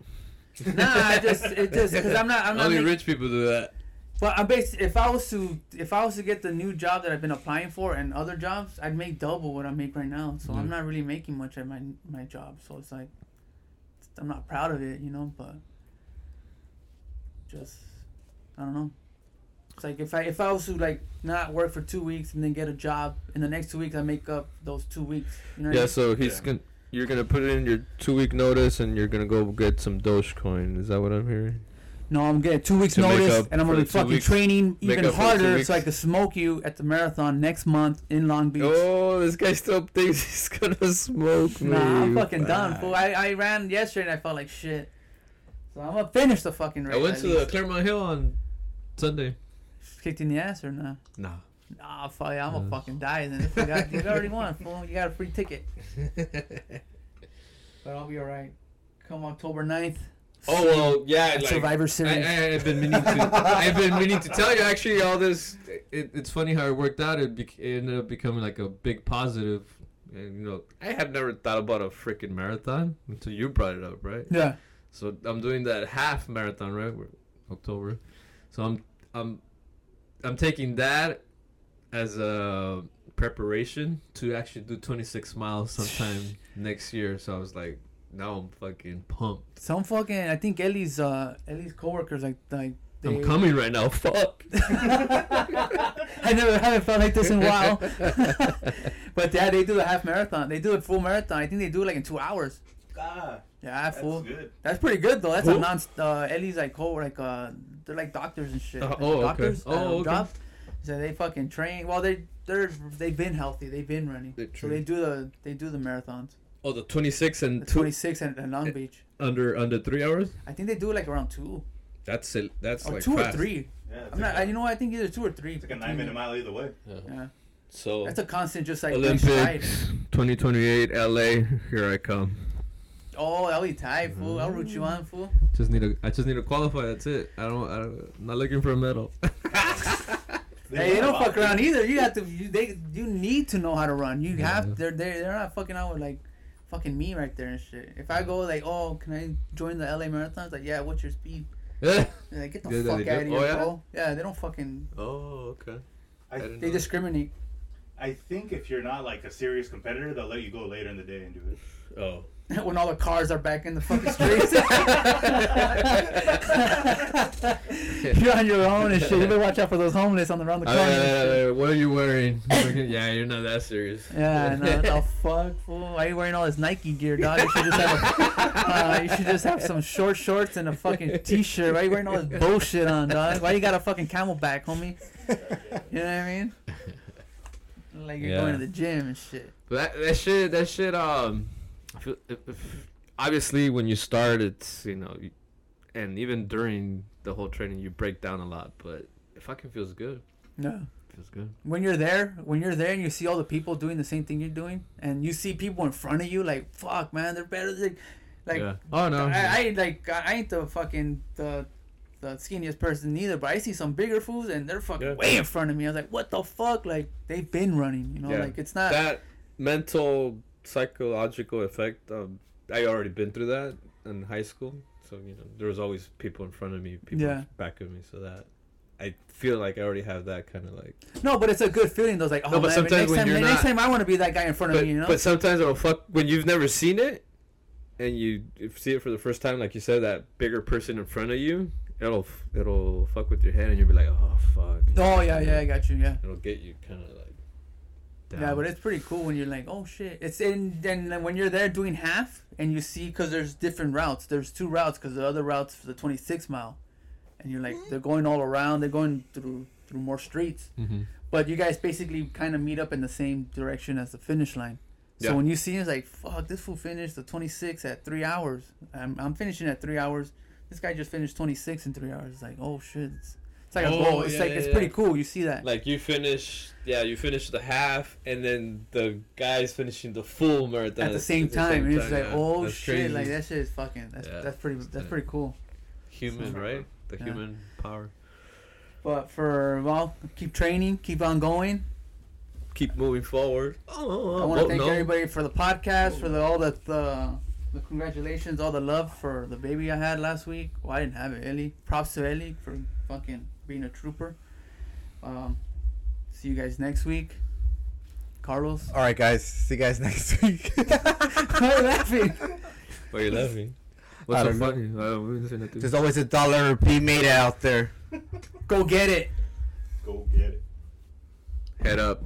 Speaker 1: Nah, I just it just because I'm not. I'm not.
Speaker 3: Only
Speaker 1: making-
Speaker 3: rich people do that.
Speaker 1: But I'm basically if I was to if I was to get the new job that I've been applying for and other jobs, I'd make double what I make right now. So I'm
Speaker 3: Yeah.
Speaker 1: not really making much at my my job. So it's like I'm not proud of it, you know. But just I don't know. It's like if I if I was to like not work for two weeks and then get a job in the next two weeks, I make up those two weeks. You know. what I
Speaker 3: Yeah,
Speaker 1: mean?
Speaker 3: so he's
Speaker 4: Yeah.
Speaker 3: gonna. You're gonna put in your two week notice, and you're gonna go get some Dogecoin. Is that what I'm hearing?
Speaker 1: No, I'm getting two weeks
Speaker 3: To make
Speaker 1: notice,
Speaker 3: up
Speaker 1: and I'm
Speaker 3: for
Speaker 1: gonna be
Speaker 3: the two
Speaker 1: fucking
Speaker 3: weeks.
Speaker 1: training
Speaker 3: Make
Speaker 1: even
Speaker 3: up for the two
Speaker 1: harder
Speaker 3: weeks.
Speaker 1: so I can smoke you at the marathon next month in Long Beach.
Speaker 3: Oh, this guy still thinks he's gonna smoke me.
Speaker 1: Nah, I'm fucking done, fool. I, I ran yesterday and I felt like shit. So I'm gonna finish the fucking race.
Speaker 3: I went
Speaker 1: at
Speaker 3: to the
Speaker 1: least.
Speaker 3: Claremont Hill on Sunday.
Speaker 1: Kicked in the ass or nah?
Speaker 3: Nah.
Speaker 1: Nah, fuck yeah, I'm gonna fucking die then. If you, got, you already won, fool. You got a free ticket. but I'll be alright. Come October 9th.
Speaker 3: Oh well, yeah.
Speaker 1: at
Speaker 3: Like,
Speaker 1: Survivor
Speaker 3: I,
Speaker 1: Series.
Speaker 3: I, I've been meaning to. I've been meaning to tell you actually all this. It, it's funny how it worked out. It, bec it ended up becoming like a big positive. And you know, I have never thought about a freaking marathon until you brought it up, right?
Speaker 1: yeah.
Speaker 3: So I'm doing that half marathon, right? We're October. So I'm I'm I'm taking that as a preparation to actually do 26 miles sometime next year. So I was like, now I'm fucking pumped.
Speaker 1: Some fucking, I think Ellie's, uh, Ellie's coworkers, like, like, they,
Speaker 3: I'm coming right now. Fuck.
Speaker 1: I never haven't felt like this in a while. but yeah, they do the half marathon. They do a full marathon. I think they do it like in two hours.
Speaker 4: ah,
Speaker 1: Yeah,
Speaker 4: that's
Speaker 1: full.
Speaker 4: good.
Speaker 1: That's pretty good though. That's a
Speaker 3: Who?
Speaker 1: non. Uh, Ellie's like co like uh they're like doctors and shit.
Speaker 3: Uh,
Speaker 1: Like,
Speaker 3: oh, okay.
Speaker 1: doctors,
Speaker 3: Oh,
Speaker 1: um,
Speaker 3: okay.
Speaker 1: jobs. So they fucking train. Well, they they're they've been healthy. They've been running.
Speaker 3: They
Speaker 1: so they
Speaker 3: train.
Speaker 1: do the they do the marathons.
Speaker 3: Oh, the 26
Speaker 1: The
Speaker 3: and two
Speaker 1: 26 and, and Long Beach.
Speaker 3: under under three hours.
Speaker 1: I think they do like around two
Speaker 3: That's it. That's
Speaker 1: or
Speaker 3: like
Speaker 1: Oh, two
Speaker 3: fast.
Speaker 1: or three.
Speaker 4: Yeah, it's
Speaker 1: I'm
Speaker 4: like
Speaker 1: not. I, you know what? I think either two or three.
Speaker 4: It's like a nine minute mile either way.
Speaker 1: Yeah,
Speaker 3: So
Speaker 1: that's a constant. Just like Olympic.
Speaker 3: Olympics 2028 LA. Here I come.
Speaker 1: Oh, that'll be tight, fool. I'll root you on, fool.
Speaker 3: Just need to. I just need to qualify. That's it. I don't. I don't I'm not looking for a medal.
Speaker 1: Hey, they
Speaker 4: won a
Speaker 1: don't
Speaker 4: lot.
Speaker 1: fuck around either. You have to. You, they you need to know how to run. You
Speaker 3: Yeah.
Speaker 1: have. They're they they're not fucking out with like, fucking me right there and shit. If I go like, oh, can I join the LA Marathon? It's like, yeah. What's your speed?
Speaker 3: oh,
Speaker 1: They're like, get the
Speaker 3: Yeah, they
Speaker 1: fuck
Speaker 3: do?
Speaker 1: out of here,
Speaker 3: Oh, yeah?
Speaker 1: bro. Yeah, they don't fucking. Oh,
Speaker 3: okay.
Speaker 4: I,
Speaker 3: didn't
Speaker 1: They discriminate.
Speaker 4: I think if you're not like a serious competitor, they'll let you go later in the day and do it.
Speaker 3: Oh.
Speaker 1: when all the cars are back in the fucking streets. You're on your own and shit. You better watch out for those homeless on the around the
Speaker 3: Uh,
Speaker 1: corner. and shit.
Speaker 3: what are you wearing? Fucking- yeah, you're not that serious.
Speaker 1: Yeah, I know. What the fuck, fool? Why are you wearing all this Nike gear, dog? You should just have, a, uh, you should just have some short shorts and a fucking t-shirt. Why are you wearing all this bullshit on, dog? Why you got a fucking Camelback, homie? You know what I mean? Like you're
Speaker 3: Yeah.
Speaker 1: going to the gym and shit.
Speaker 3: But that that shit that shit um, I feel- if- if- obviously when you start it's you know, you- and even during the whole training you break down a lot, but it fucking feels good.
Speaker 1: No.
Speaker 6: feels good.
Speaker 1: when you're there, when you're there and you see all the people doing the same thing you're doing, and you see people in front of you, like fuck, man, they're better. Than, like,
Speaker 6: yeah. Oh no.
Speaker 1: I, I ain't like I I ain't the fucking the the skinniest person either, but I see some bigger fools and they're fucking
Speaker 3: Yeah.
Speaker 1: way in front of me. I was like, what the fuck? Like they've been running, you know?
Speaker 3: Yeah.
Speaker 1: Like it's not.
Speaker 3: that mental psychological effect um, i already been through that in high school so you know there was always people in front of me people
Speaker 1: Yeah.
Speaker 3: back of me so that i feel like i already have that kind of like
Speaker 1: no, but it's a good feeling. Though, it's like oh
Speaker 3: No, but
Speaker 1: man,
Speaker 3: sometimes
Speaker 1: next
Speaker 3: when
Speaker 1: time,
Speaker 3: you're
Speaker 1: next
Speaker 3: not-
Speaker 1: time I want to be that guy in front of
Speaker 3: but,
Speaker 1: me, you know?
Speaker 3: but sometimes it'll fuck when you've never seen it and you if- see it for the first time like you said that bigger person in front of you it'll f- it'll fuck with your head and you'll be like oh fuck
Speaker 1: oh yeah, yeah, I got you, yeah.
Speaker 3: it'll get you kind of like down.
Speaker 1: Yeah, but it's pretty cool when you're like, oh shit. It's in, and then when you're there doing half and you see, because there's different routes. There's two routes because the other route's for the 26 mile. And you're like, they're going all around, they're going through through more streets.
Speaker 3: Mm-hmm.
Speaker 1: But you guys basically kind of meet up in the same direction as the finish line. So
Speaker 3: Yeah.
Speaker 1: when you see it, it's like, fuck, this fool finished the 26 at three hours. I'm, I'm finishing at three hours. This guy just finished 26 in three hours. It's like, oh shit. It's, it's like a
Speaker 3: Oh,
Speaker 1: goal. It's
Speaker 3: yeah,
Speaker 1: like,
Speaker 3: yeah,
Speaker 1: it's
Speaker 3: yeah.
Speaker 1: pretty cool. You see that.
Speaker 3: Like you finish, yeah, you finish the half, and then the guy's finishing the full marathon
Speaker 1: at the same
Speaker 3: the
Speaker 1: time. and it's
Speaker 3: time,
Speaker 1: like,
Speaker 3: yeah.
Speaker 1: oh
Speaker 3: That's
Speaker 1: shit,
Speaker 3: crazy.
Speaker 1: like that shit is fucking. That's
Speaker 3: Yeah.
Speaker 1: that's pretty. That's
Speaker 3: Yeah.
Speaker 1: pretty cool.
Speaker 3: human,
Speaker 1: so-
Speaker 3: right? The
Speaker 1: yeah.
Speaker 3: human power.
Speaker 1: But for well, keep training, keep on going.
Speaker 3: Keep moving forward. Oh,
Speaker 1: I want to
Speaker 3: oh,
Speaker 1: thank
Speaker 3: no.
Speaker 1: everybody for the podcast, for the all the, the the congratulations, all the love for the baby I had last week. Well, I didn't have it, Ellie. Props to Ellie for fucking being a trooper. Um, see you guys next week. Carlos,
Speaker 2: All right, guys. See you guys next week.
Speaker 1: why are you laughing?
Speaker 3: Why are you laughing?
Speaker 2: I
Speaker 3: What's so
Speaker 2: don't know.
Speaker 3: funny? I wouldn't say nothing.
Speaker 2: There's always a dollar being made out there.
Speaker 1: Go get it.
Speaker 4: Go get it.
Speaker 3: Head up.